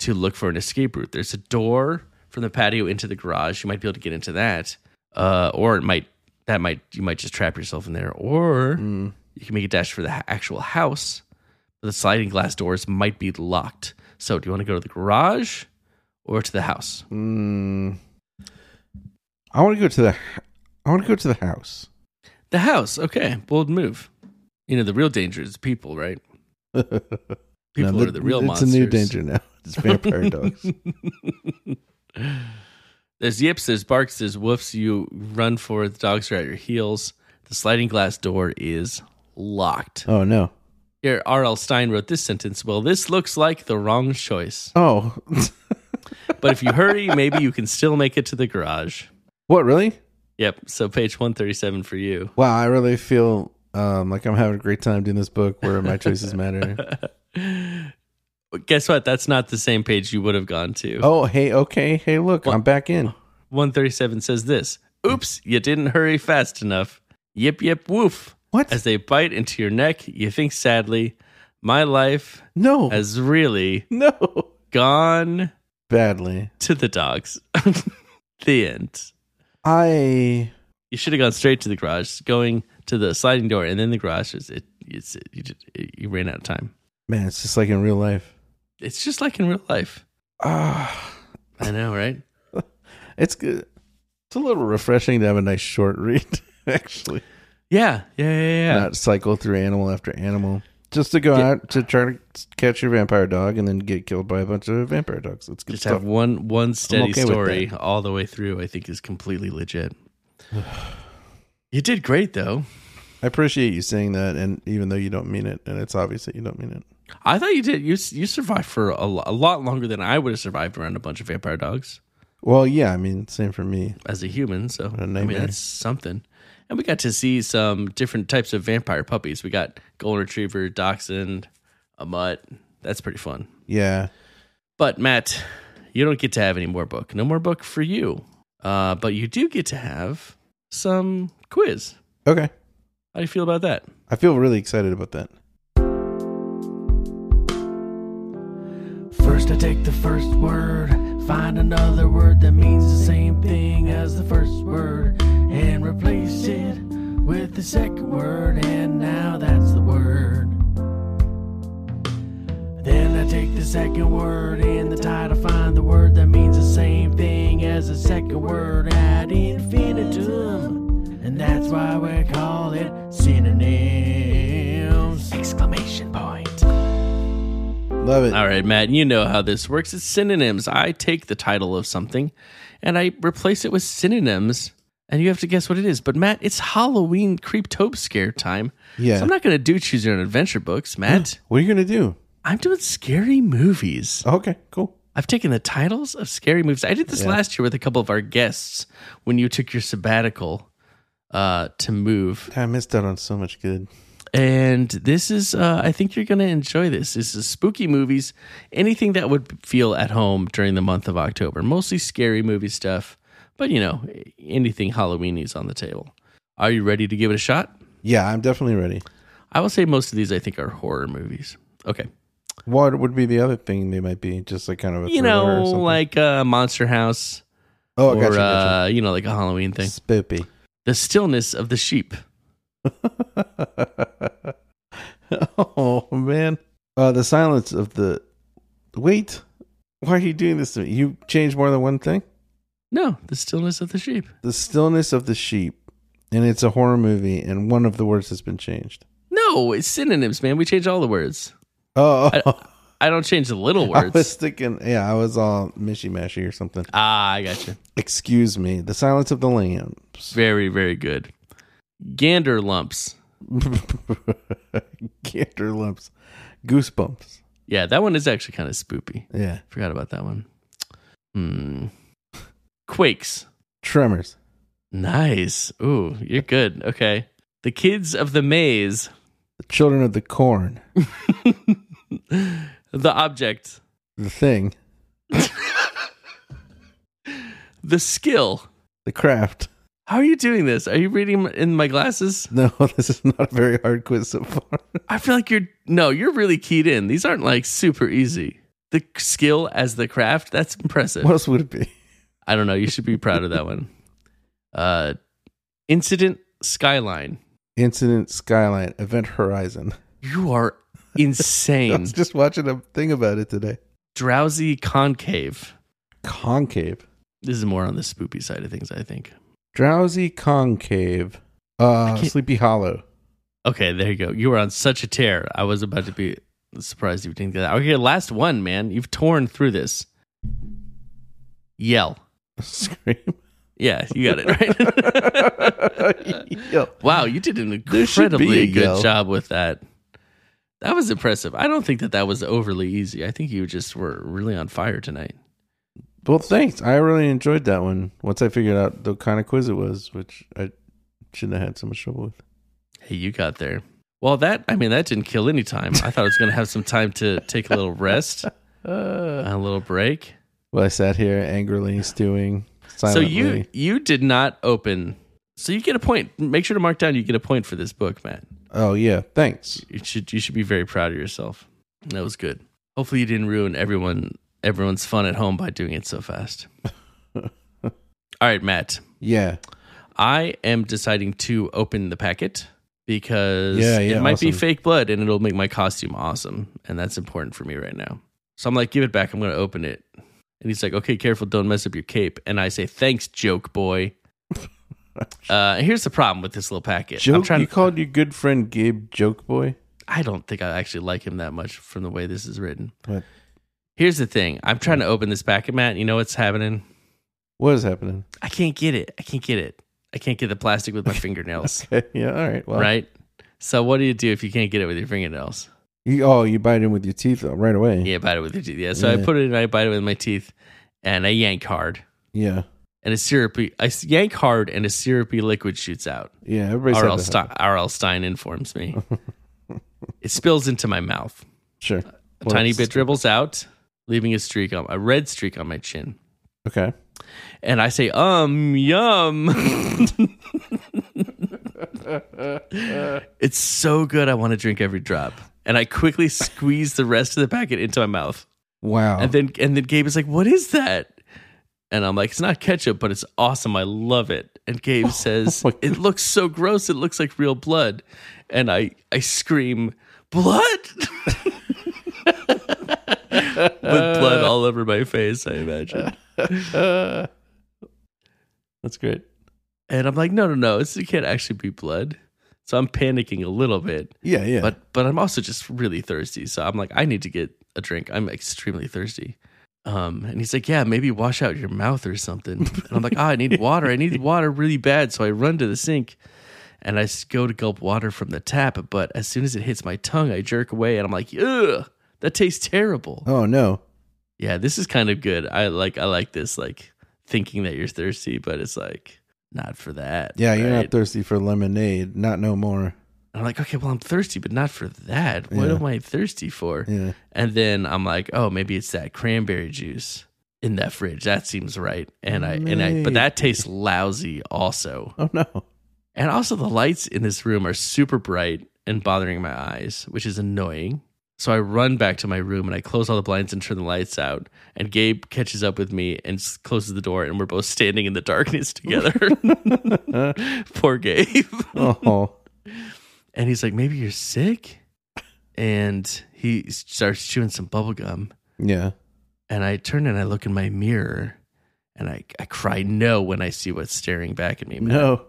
Speaker 4: to look for an escape route. There's a door from the patio into the garage. You might be able to get into that, uh, or it might that might you might just trap yourself in there, or you can make a dash for the ha- actual house. But the sliding glass doors might be locked. So, do you want to go to the garage or to the house?
Speaker 3: mm. I want to go to the. I want to go to the house.
Speaker 4: The house. Okay, bold move. You know the real danger is
Speaker 3: (laughs)
Speaker 4: people, right? People
Speaker 3: No,
Speaker 4: are the real
Speaker 3: it's
Speaker 4: monsters.
Speaker 3: a new danger now. (laughs) It's vampire dogs.
Speaker 4: There's yips, there's barks, there's woofs. You run for it. The dogs are at your heels. The sliding glass door is locked.
Speaker 3: Oh no!
Speaker 4: Here, R.L. Stein wrote this sentence. Well, this looks like the wrong choice.
Speaker 3: Oh, (laughs)
Speaker 4: But if you hurry, (laughs) maybe you can still make it to the garage.
Speaker 3: what really?
Speaker 4: Yep. So page 137 for you.
Speaker 3: Wow, I really feel um, like I'm having a great time doing this book where my choices
Speaker 4: (laughs)
Speaker 3: matter.
Speaker 4: But guess what? That's not the same page you would have gone to.
Speaker 3: Oh, hey, okay, hey, look, I'm back in.
Speaker 4: 137 says this Oops, you didn't hurry fast enough. Yip, yip, woof.
Speaker 3: What?
Speaker 4: As they bite into your neck, you think sadly, my life
Speaker 3: no,
Speaker 4: has really
Speaker 3: no,
Speaker 4: gone
Speaker 3: badly.
Speaker 4: to the dogs. (laughs) the end.
Speaker 3: I
Speaker 4: You should have gone straight to the garage, going to the sliding door and then the garage. Is it, it's, it, you, just, you ran out of time.
Speaker 3: man, it's just like in real life.
Speaker 4: It's just like in real life.
Speaker 3: Ah,
Speaker 4: I know, right?
Speaker 3: it's good. It's a little refreshing to have a nice short (laughs) read, actually.
Speaker 4: Yeah, yeah, yeah, yeah.
Speaker 3: Not cycle through animal after animal. Just to go
Speaker 4: Yeah.
Speaker 3: out to try to catch your vampire dog and then get killed by a bunch of vampire dogs. It's good
Speaker 4: just
Speaker 3: stuff.
Speaker 4: have one one steady
Speaker 3: okay with
Speaker 4: story all the way through. I think is completely legit. (sighs) you did great, though.
Speaker 3: I appreciate you saying that, and even though you don't mean it, and it's obvious that you don't mean it.
Speaker 4: I thought you did. You s- you survived for a, lo- a lot longer than I would have survived around a bunch of vampire dogs
Speaker 3: Well, yeah, I mean, same for me.
Speaker 4: as a human. So I mean,
Speaker 3: nightmare.
Speaker 4: that's something. And we got to see some different types of vampire puppies. We got golden retriever, dachshund, a mutt. That's pretty fun.
Speaker 3: Yeah.
Speaker 4: But Matt, you don't get to have any more book. No more book for you. Uh, but you do get to have some quiz.
Speaker 3: Okay.
Speaker 4: How do you feel about that?
Speaker 3: I feel really excited about that.
Speaker 2: First, I take the first word, find another word that means the same thing as the first word, and replace it with the second word, and now that's the word. Then I take the second word in the title, find the word that means the same thing as the second word ad infinitum, and that's why we call it synonyms! Exclamation point.
Speaker 3: Love it.
Speaker 4: All right, Matt, you know how this works. It's synonyms. I take the title of something and I replace it with synonyms, and you have to guess what it is. But Matt, it's Halloween creep tope scare time.
Speaker 3: Yeah.
Speaker 4: So I'm not going to do choose your own adventure books, Matt.
Speaker 3: What are you going to do?
Speaker 4: I'm doing scary movies.
Speaker 3: Okay, cool.
Speaker 4: I've taken the titles of scary movies. I did this last year with a couple of our guests when you took your sabbatical uh, to move.
Speaker 3: I missed out on so much good.
Speaker 4: And this is, uh, I think you're going to enjoy this. This is spooky movies, anything that would feel at home during the month of October, mostly scary movie stuff, but you know, anything Halloween is on the table. Are you ready to give it a shot?
Speaker 3: Yeah, I'm definitely ready.
Speaker 4: I will say most of these I think are horror movies. Okay.
Speaker 3: What would be the other thing they might be? Just like kind of a
Speaker 4: You
Speaker 3: thriller or
Speaker 4: know,
Speaker 3: something?
Speaker 4: like uh, Monster House
Speaker 3: oh,
Speaker 4: or,
Speaker 3: gotcha, gotcha.
Speaker 4: uh, you know, like a Halloween thing.
Speaker 3: spoopy.
Speaker 4: The Stillness of the Sheep. uh,
Speaker 3: (laughs) oh man, uh, the silence of the wait. Why are you doing this to me? You changed more than one thing.
Speaker 4: No, The Stillness of the Sheep.
Speaker 3: The stillness of the sheep, and it's a horror movie, and one of the words has been changed.
Speaker 4: No, it's synonyms, man. We change all the words.
Speaker 3: Oh,
Speaker 4: I, I don't change the little
Speaker 3: (laughs) I
Speaker 4: words.
Speaker 3: was thinking, yeah, I was all mishy mashy or something.
Speaker 4: Ah, I gotcha.
Speaker 3: Excuse me, the silence of the lambs.
Speaker 4: Very, very good. Gander lumps.
Speaker 3: (laughs) Gander lumps, goosebumps.
Speaker 4: Yeah, that one is actually kind of spoopy.
Speaker 3: Yeah.
Speaker 4: Forgot about that one. Hmm. Quakes.
Speaker 3: Tremors.
Speaker 4: Nice. Ooh, you're good. Okay. The Kids of the Maze.
Speaker 3: The Children of the Corn.
Speaker 4: the Object.
Speaker 3: The Thing.
Speaker 4: The Skill.
Speaker 3: The Craft. (laughs)
Speaker 4: How are you doing this? Are you reading in my glasses?
Speaker 3: No, (laughs) this is not a very hard quiz so far. (laughs)
Speaker 4: I feel like you're no, you're really keyed in. These aren't like super easy. The skill as the craft, that's impressive.
Speaker 3: What else would it be?
Speaker 4: I don't know. You should be proud of that one. Uh Incident Skyline.
Speaker 3: Incident Skyline. Event Horizon. (laughs)
Speaker 4: You are
Speaker 3: I
Speaker 4: insane.
Speaker 3: was just watching a thing about it today.
Speaker 4: Drowsy Concave.
Speaker 3: Concave.
Speaker 4: This is more on the spoopy side of things, I think.
Speaker 3: Drowsy Concave. Uh,
Speaker 4: can't-
Speaker 3: Sleepy Hollow. (laughs)
Speaker 4: Okay, there you go. You were on such a tear. I was about to be surprised if you didn't get that. Okay, last one, man. You've torn through this. Yell.
Speaker 3: Scream.
Speaker 4: Yeah, you got it right.
Speaker 3: (laughs)
Speaker 4: (laughs)
Speaker 3: Yo.
Speaker 4: wow, you did an
Speaker 3: should be
Speaker 4: incredibly
Speaker 3: a
Speaker 4: good
Speaker 3: yell.
Speaker 4: job with that. That was impressive. I don't think that that was overly easy. I think you just were really on fire tonight.
Speaker 3: Well, thanks. I really enjoyed that one. Once I figured out the kind of quiz it was, which I shouldn't have had so much trouble with.
Speaker 4: Hey, you got there. Well, that I mean, that didn't kill any time. I thought I was going to have some time to take a little rest, a little break.
Speaker 3: Well, I sat here angrily stewing
Speaker 4: So
Speaker 3: silently.
Speaker 4: you you did not open. So you get a point. Make sure to mark down you get a point for this book, Matt.
Speaker 3: Oh yeah, thanks.
Speaker 4: You should you should be very proud of yourself. That was good. Hopefully you didn't ruin everyone everyone's fun at home by doing it so fast. All right, Matt.
Speaker 3: Yeah,
Speaker 4: I am deciding to open the packet because
Speaker 3: Yeah, yeah,
Speaker 4: it might be
Speaker 3: awesome.
Speaker 4: fake blood and it'll make my costume awesome. And that's important for me right now. So I'm like, give it back. I'm going to open it. And he's like, okay, careful. Don't mess up your cape. And I say, thanks,
Speaker 3: (laughs)
Speaker 4: joke boy. uh, here's the problem with this little packet. I'm
Speaker 3: joke.
Speaker 4: trying
Speaker 3: you
Speaker 4: to,
Speaker 3: called your good friend Gabe Joke Boy.
Speaker 4: I don't think I actually like him that much from the way this is written.
Speaker 3: What?
Speaker 4: Here's the thing I'm trying to open this packet, Matt. and You know what's happening?
Speaker 3: What is happening? (laughs)
Speaker 4: I can't get it. I can't get it. I can't get the plastic with my fingernails.
Speaker 3: Okay, yeah, all right. Well,
Speaker 4: right? So what do you do if you can't get it with your fingernails?
Speaker 3: You, oh, you bite him with your teeth though, right away.
Speaker 4: Yeah, bite it with your teeth. Yeah. So I
Speaker 3: Yeah.
Speaker 4: put it in, I bite it with my teeth, and I yank hard,
Speaker 3: yeah,
Speaker 4: and a syrupy. I s- yank hard, and a syrupy liquid shoots out.
Speaker 3: yeah. Everybody's
Speaker 4: R.L. Stein, R.L. Stein informs
Speaker 3: (laughs)
Speaker 4: me. it spills into my mouth.
Speaker 3: Sure.
Speaker 4: A
Speaker 3: Well,
Speaker 4: tiny
Speaker 3: it's-
Speaker 4: bit dribbles out, leaving a streak on a red streak on my chin.
Speaker 3: Okay.
Speaker 4: And I say, um, yum. it's so good. I want to drink every drop. And I quickly squeeze the rest of the packet into my mouth.
Speaker 3: Wow.
Speaker 4: And then and then Gabe is like, "What is that?" And I'm like, "It's not ketchup, but it's awesome. I love it." And
Speaker 3: (laughs)
Speaker 4: Gabe says,
Speaker 3: Oh my
Speaker 4: "It looks so gross. It looks like real blood." And I I scream, "Blood!" (laughs) With blood all over my face, I imagine.
Speaker 3: That's great.
Speaker 4: And I'm like, "No, no, no. It's, it can't actually be blood." So I'm panicking a little bit,
Speaker 3: Yeah, yeah.
Speaker 4: but but I'm also just really thirsty. So I'm like, I need to get a drink. I'm extremely thirsty. Um, and he's like, Yeah, maybe wash out your mouth or something. And I'm like, Oh,
Speaker 3: (laughs)
Speaker 4: I need water. I need water really bad. So I run to the sink and I s- go to gulp water from the tap. But as soon as it hits my tongue, I jerk away and I'm like, Ugh, that tastes terrible.
Speaker 3: oh no.
Speaker 4: Yeah, this is kind of good. I like I like this, like thinking that you're thirsty, but it's like not for that.
Speaker 3: Yeah, you're
Speaker 4: right?
Speaker 3: not thirsty for lemonade. Not no more. (laughs)
Speaker 4: And I'm like, okay, well, I'm thirsty, but not for that. What
Speaker 3: Yeah.
Speaker 4: am I thirsty for?
Speaker 3: Yeah.
Speaker 4: And then I'm like, oh, maybe it's that cranberry juice in that fridge. That seems right. And I and I but that tastes lousy also.
Speaker 3: Oh no.
Speaker 4: (laughs) And also the lights in this room are super bright and bothering my eyes, which is annoying. So I run back to my room and I close all the blinds and turn the lights out. And Gabe catches up with me and s- closes the door and we're both standing in the
Speaker 3: (laughs)
Speaker 4: darkness together. (laughs) Poor Gabe.
Speaker 3: Oh.
Speaker 4: And he's like, "Maybe you're sick." And he starts chewing some bubble gum.
Speaker 3: yeah.
Speaker 4: And I turn and I look in my mirror, and I, I cry no when I see what's staring back at me. Matt.
Speaker 3: No.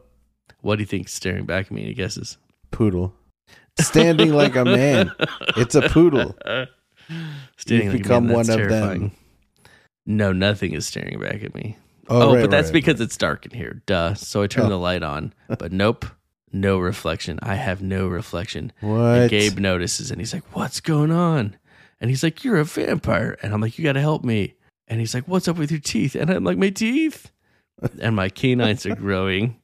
Speaker 4: What do you think's staring back at me? Any guesses?
Speaker 3: Poodle. Standing like a man. It's a poodle.
Speaker 4: Staring
Speaker 3: You've
Speaker 4: like a
Speaker 3: become
Speaker 4: man,
Speaker 3: one
Speaker 4: that's
Speaker 3: of them.
Speaker 4: terrifying. No, nothing is staring back at me.
Speaker 3: Oh,
Speaker 4: (laughs) Oh,
Speaker 3: right,
Speaker 4: but that's
Speaker 3: right, Oh.
Speaker 4: because it's dark in here. Duh. So I turn the light on, but nope, no reflection. I have no reflection.
Speaker 3: What?
Speaker 4: And Gabe notices and he's like, What's going on? And he's like, You're a vampire. And I'm like, You got to help me. And he's like, What's up with your teeth? And I'm like, My teeth. And my canines are growing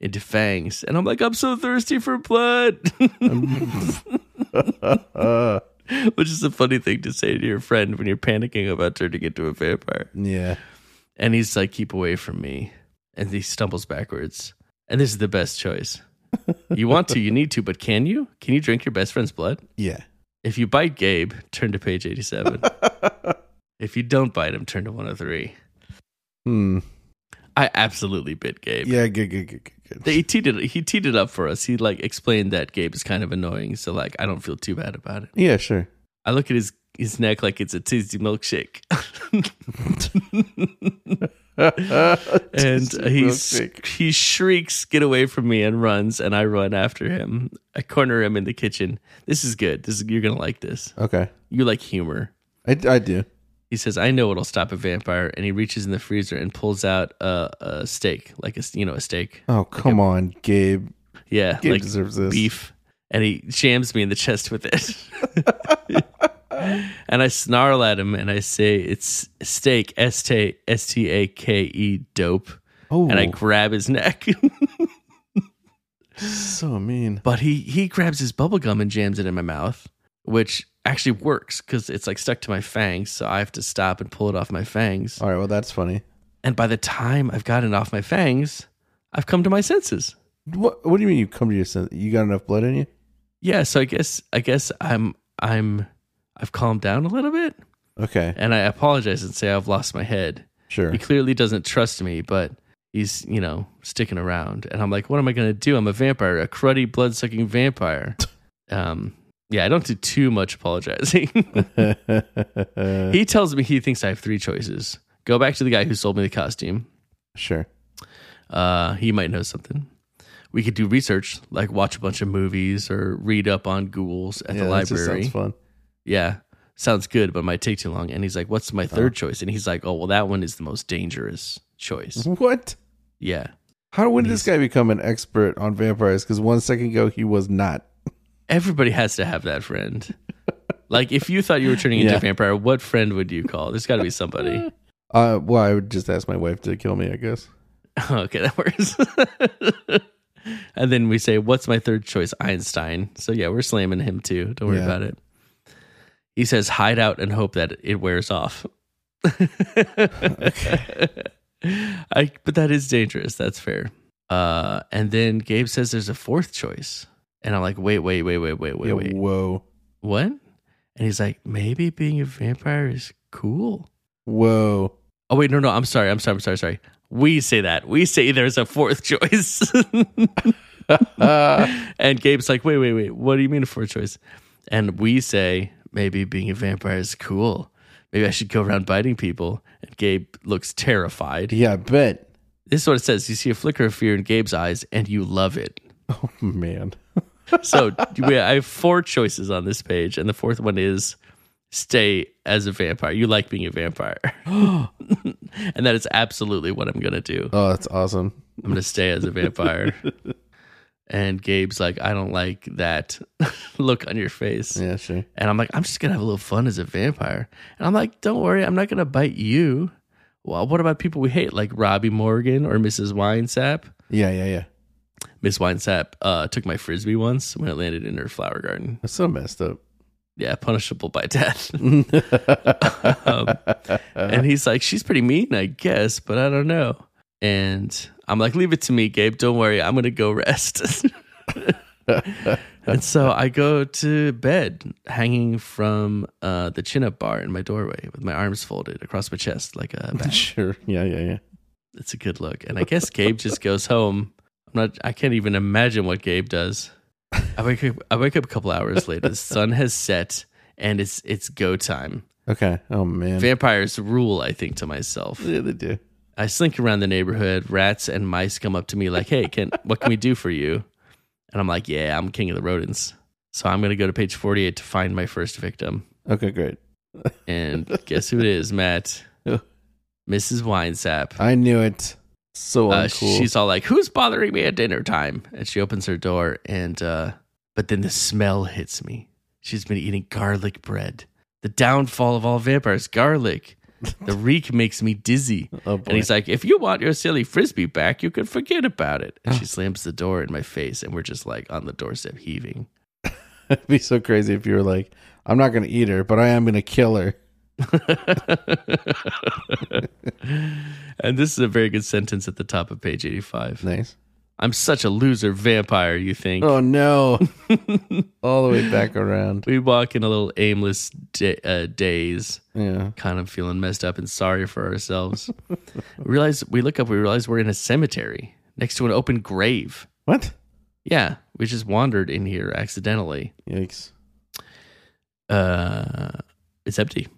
Speaker 4: into fangs. And I'm like, I'm so thirsty
Speaker 3: (laughs)
Speaker 4: for blood. (laughs)
Speaker 3: Uh,
Speaker 4: Which is a funny thing to say to your friend when you're panicking about turning into a vampire.
Speaker 3: yeah.
Speaker 4: And he's like, Keep away from me. And he stumbles backwards. And this is the best choice. You want to, you need to, but can you? Can you drink your best friend's blood?
Speaker 3: Yeah.
Speaker 4: If you bite Gabe, turn to page 87. if you don't bite him, turn to 103.
Speaker 3: Hmm.
Speaker 4: I absolutely bit Gabe.
Speaker 3: Yeah, good, good, good, good, good.
Speaker 4: They, he teed it. He teed it up for us. He like explained that Gabe is kind of annoying, so like I don't feel too bad about it.
Speaker 3: Yeah, sure.
Speaker 4: I look at his his neck like it's a
Speaker 3: (laughs)
Speaker 4: Tizzy milkshake, and
Speaker 3: Tizzy
Speaker 4: he
Speaker 3: milkshake.
Speaker 4: he shrieks, "Get away from me!" and runs, and I run after him. I corner him in the kitchen. This is good. This is, you're gonna like this.
Speaker 3: Okay.
Speaker 4: You like humor.
Speaker 3: I, I do.
Speaker 4: He says, "I know what'll stop a vampire," and he reaches in the freezer and pulls out a, a steak, like a s- you know a steak.
Speaker 3: Oh, come on, Gabe.
Speaker 4: Yeah,
Speaker 3: Gabe
Speaker 4: like
Speaker 3: deserves this.
Speaker 4: beef, and he jams me in the chest with it.
Speaker 3: (laughs)
Speaker 4: and I snarl at him and I say, "It's steak, s t s t a k e, dope."
Speaker 3: Oh,
Speaker 4: And I grab his neck, (laughs)
Speaker 3: so mean.
Speaker 4: but he he grabs his bubble gum and jams it in my mouth, which actually works because it's like stuck to my fangs, so I have to stop and pull it off my fangs.
Speaker 3: All right, well, that's funny.
Speaker 4: And by the time I've gotten it off my fangs, I've come to my senses.
Speaker 3: What What do you mean you come to your sense? You got enough blood in you?
Speaker 4: Yeah, so I guess I guess I'm I'm I've calmed down a little bit.
Speaker 3: Okay,
Speaker 4: and I apologize and say I've lost my head.
Speaker 3: sure.
Speaker 4: He clearly doesn't trust me, but he's, you know, sticking around. And I'm like, what am I going to do? I'm a vampire, a cruddy, blood sucking
Speaker 3: (laughs)
Speaker 4: vampire. um, yeah, I don't do too much apologizing. (laughs) he tells me he thinks I have three choices go back to the guy who sold me the costume.
Speaker 3: sure.
Speaker 4: Uh, he might know something. We could do research, like watch a bunch of movies or read up on ghouls at
Speaker 3: Yeah,
Speaker 4: the
Speaker 3: that just
Speaker 4: library
Speaker 3: sounds fun.
Speaker 4: yeah, sounds good, but it might take too long. And he's like, what's my third choice? And he's like, oh, well, that one is the most dangerous choice.
Speaker 3: What?
Speaker 4: yeah.
Speaker 3: How when did this guy become an expert on vampires? Because one second ago he was not.
Speaker 4: Everybody has to have that friend. like, if you thought you were turning into
Speaker 3: Yeah.
Speaker 4: a vampire, what friend would you call? There's got to be somebody.
Speaker 3: Uh, well, I would just ask my wife to kill me. I guess.
Speaker 4: (laughs) okay, that works. and then we say, what's my third choice? Einstein. So, yeah, we're slamming him too. Don't worry
Speaker 3: Yeah.
Speaker 4: about it. He says, hide out and hope that it wears off. (laughs) I, but that is dangerous. That's fair. Uh, and then Gabe says there's a fourth choice. And I'm like, wait, wait, wait, wait, wait, wait,
Speaker 3: Yeah,
Speaker 4: wait.
Speaker 3: Whoa,
Speaker 4: What? And he's like, maybe being a vampire is cool.
Speaker 3: whoa.
Speaker 4: Oh, wait, no, no. I'm sorry. I'm sorry. I'm sorry. Sorry. We say that. We say there's a fourth choice. (laughs)
Speaker 3: Uh,
Speaker 4: and Gabe's like, wait, wait, wait. What do you mean a fourth choice? And we say, maybe being a vampire is cool. Maybe I should go around biting people. And Gabe looks terrified.
Speaker 3: yeah, I bet.
Speaker 4: This is what it says. You see a flicker of fear in Gabe's eyes and you love it.
Speaker 3: Oh man. (laughs)
Speaker 4: So (laughs) we, I have four choices on this page, and the fourth one is stay as a vampire. You like being a vampire. (gasps) and that is absolutely what I'm going to do.
Speaker 3: Oh, that's awesome.
Speaker 4: I'm going to stay as a vampire. and Gabe's like, I don't like that (laughs) look on your face.
Speaker 3: Yeah, sure.
Speaker 4: And I'm like, I'm just going to have a little fun as a vampire. And I'm like, don't worry, I'm not going to bite you. Well, what about people we hate, like Robbie Morgan or Mrs. Winesap?
Speaker 3: Yeah, yeah, yeah.
Speaker 4: Miss Winesap uh, took my frisbee once when it landed in her flower garden.
Speaker 3: That's so messed up.
Speaker 4: Yeah, punishable by death. um, and he's like, she's pretty mean, I guess, but I don't know. And I'm like, leave it to me, Gabe. Don't worry, I'm gonna go rest. (laughs) and so I go to bed, hanging from uh, the chin-up bar in my doorway, with my arms folded across my chest like a bat.
Speaker 3: Sure. Yeah, yeah, yeah.
Speaker 4: It's a good look. And I guess Gabe just goes home. I'm not I can't even imagine what Gabe does. I wake up I wake up a couple hours later. The sun has set and it's it's go time.
Speaker 3: Okay. Oh man.
Speaker 4: Vampires rule, I think, to myself.
Speaker 3: yeah, they do.
Speaker 4: I slink around the neighborhood. Rats and mice come up to me like, "Hey, can what can we do for you?" And I'm like, "Yeah, I'm king of the rodents." So I'm going to go to page 48 to find my first victim.
Speaker 3: Okay, great.
Speaker 4: And guess who it is, Matt? Mrs. Winesap.
Speaker 3: I knew it. So
Speaker 4: uh,
Speaker 3: uncool. (laughs)
Speaker 4: she's all like, "Who's bothering me at dinner time?" And she opens her door, and uh, but then the smell hits me. She's been eating garlic bread. The downfall of all vampires, garlic.
Speaker 3: (laughs)
Speaker 4: The reek makes me dizzy.
Speaker 3: Oh, boy.
Speaker 4: and he's like, if you want your silly frisbee back, you can forget about it.
Speaker 3: (laughs)
Speaker 4: And she slams the door in my face, and we're just like on the doorstep heaving.
Speaker 3: It'd be so crazy if you were like, I'm not going to eat her, but I am going to kill her.
Speaker 4: and this is a very good sentence at the top of page 85.
Speaker 3: Nice.
Speaker 4: I'm such a loser vampire, you think?
Speaker 3: Oh,
Speaker 4: (laughs)
Speaker 3: no. All the way back around.
Speaker 4: We walk in a little aimless da- uh, daze,
Speaker 3: Yeah.
Speaker 4: kind of feeling messed up and sorry for ourselves. we realize we look up, we realize we're in a cemetery next to an open grave.
Speaker 3: What?
Speaker 4: Yeah, we just wandered in here accidentally.
Speaker 3: Yikes.
Speaker 4: Uh, it's empty.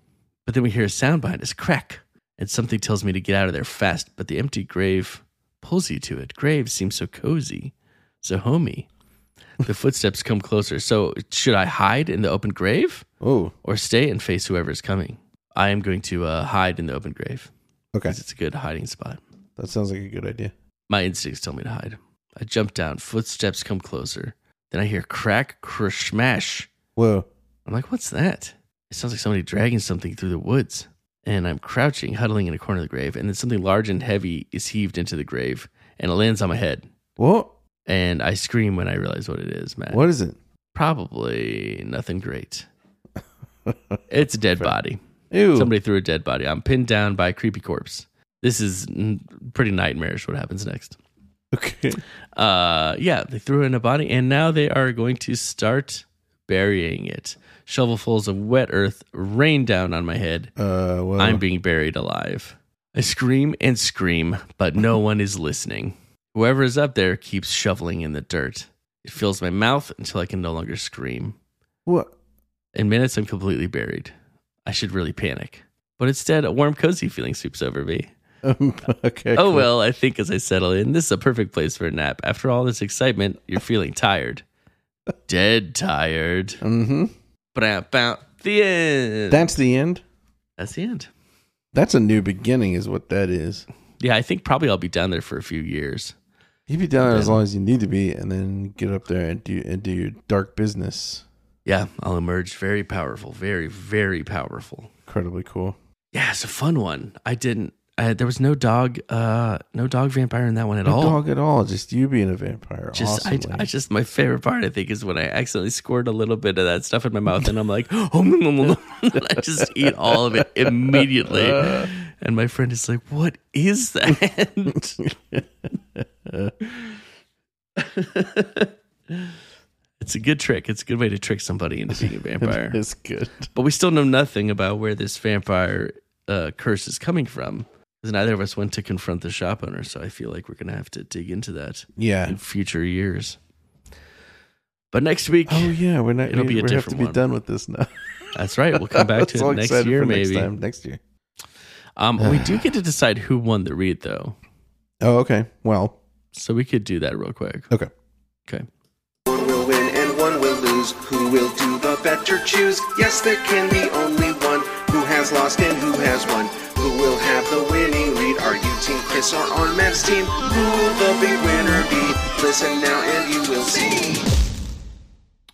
Speaker 4: But then we hear a sound behind us crack, and something tells me to get out of there fast. But the empty grave pulls you to it. Graves seem so cozy, so homey. The footsteps come closer. So, should I hide in the open grave
Speaker 3: Oh,
Speaker 4: or stay and face whoever's coming? I am going to uh, hide in the open grave
Speaker 3: okay.
Speaker 4: because it's a good hiding spot.
Speaker 3: That sounds like a good idea.
Speaker 4: My instincts tell me to hide. I jump down. Footsteps come closer. Then I hear crack, crush, smash.
Speaker 3: Whoa.
Speaker 4: I'm like, what's that? It sounds like somebody dragging something through the woods. And I'm crouching, huddling in a corner of the grave. And then something large and heavy is heaved into the grave and it lands on my head.
Speaker 3: What?
Speaker 4: And I scream when I realize what it is, Matt.
Speaker 3: What is it?
Speaker 4: Probably nothing great. (laughs) it's a dead body.
Speaker 3: Ew.
Speaker 4: Somebody threw a dead body. I'm pinned down by a creepy corpse. This is n- pretty nightmarish what happens next.
Speaker 3: Okay.
Speaker 4: Uh, yeah, they threw in a body, and now they are going to start burying it. Shovelfuls of wet earth rain down on my head.
Speaker 3: Uh, well,
Speaker 4: I'm being buried alive. I scream and scream, but no one is listening. Whoever is up there keeps shoveling in the dirt. It fills my mouth until I can no longer scream.
Speaker 3: what?
Speaker 4: In minutes, I'm completely buried. I should really panic. But instead, a warm, cozy feeling sweeps over me.
Speaker 3: Um, (laughs) okay.
Speaker 4: Oh
Speaker 3: cool.
Speaker 4: well, I think as I settle in, this is a perfect place for a nap. After all this excitement, you're feeling tired. Dead tired.
Speaker 3: Mm-hmm.
Speaker 4: But about the end.
Speaker 3: That's the end.
Speaker 4: That's the end.
Speaker 3: That's a new beginning, is what that is.
Speaker 4: Yeah, I think probably I'll be down there for a few years.
Speaker 3: You be down there as long as you need to be, and then get up there and do and do your dark business.
Speaker 4: Yeah, I'll emerge very powerful, very, very powerful.
Speaker 3: Incredibly cool.
Speaker 4: Yeah, it's a fun one. I didn't. I, there was no dog, uh, no dog vampire in that one at
Speaker 3: No
Speaker 4: all.
Speaker 3: dog at all. Just you being a vampire.
Speaker 4: just I,
Speaker 3: awesome,
Speaker 4: I just my favorite part I think is when I accidentally squirt a little bit of that stuff in my mouth and I'm like (laughs) oh nom, nom, nom, nom," and I just eat all of it immediately and my friend is like what is that (laughs) it's a good trick it's a good way to trick somebody into being a vampire
Speaker 3: It's good.
Speaker 4: but we still know nothing about where this vampire uh, curse is coming from because neither of us went to confront the shop owner so I feel like we're gonna have to dig into that
Speaker 3: Yeah.
Speaker 4: in future years. But next week,
Speaker 3: (laughs) Oh yeah, we're not.
Speaker 4: It'll
Speaker 3: we,
Speaker 4: be a
Speaker 3: we have to
Speaker 4: different
Speaker 3: be
Speaker 4: one.
Speaker 3: done with this now.
Speaker 4: that's right. We'll come (laughs) back
Speaker 3: (laughs)
Speaker 4: to
Speaker 3: So
Speaker 4: it (laughs) next
Speaker 3: excited
Speaker 4: year,
Speaker 3: for
Speaker 4: maybe.
Speaker 3: Next, time, next year.
Speaker 4: um, we (sighs) do get to decide who won the read, though,
Speaker 3: Oh okay. Well
Speaker 4: so we could do that real quick.
Speaker 3: okay.
Speaker 4: Okay.
Speaker 6: One will win and one will lose. Who will do the better choose? Yes, there can be only one who has lost and who has won. Who will have the winning lead? Are you Team Chris or on Matt's team? Who will the big winner be? Listen now and you will see.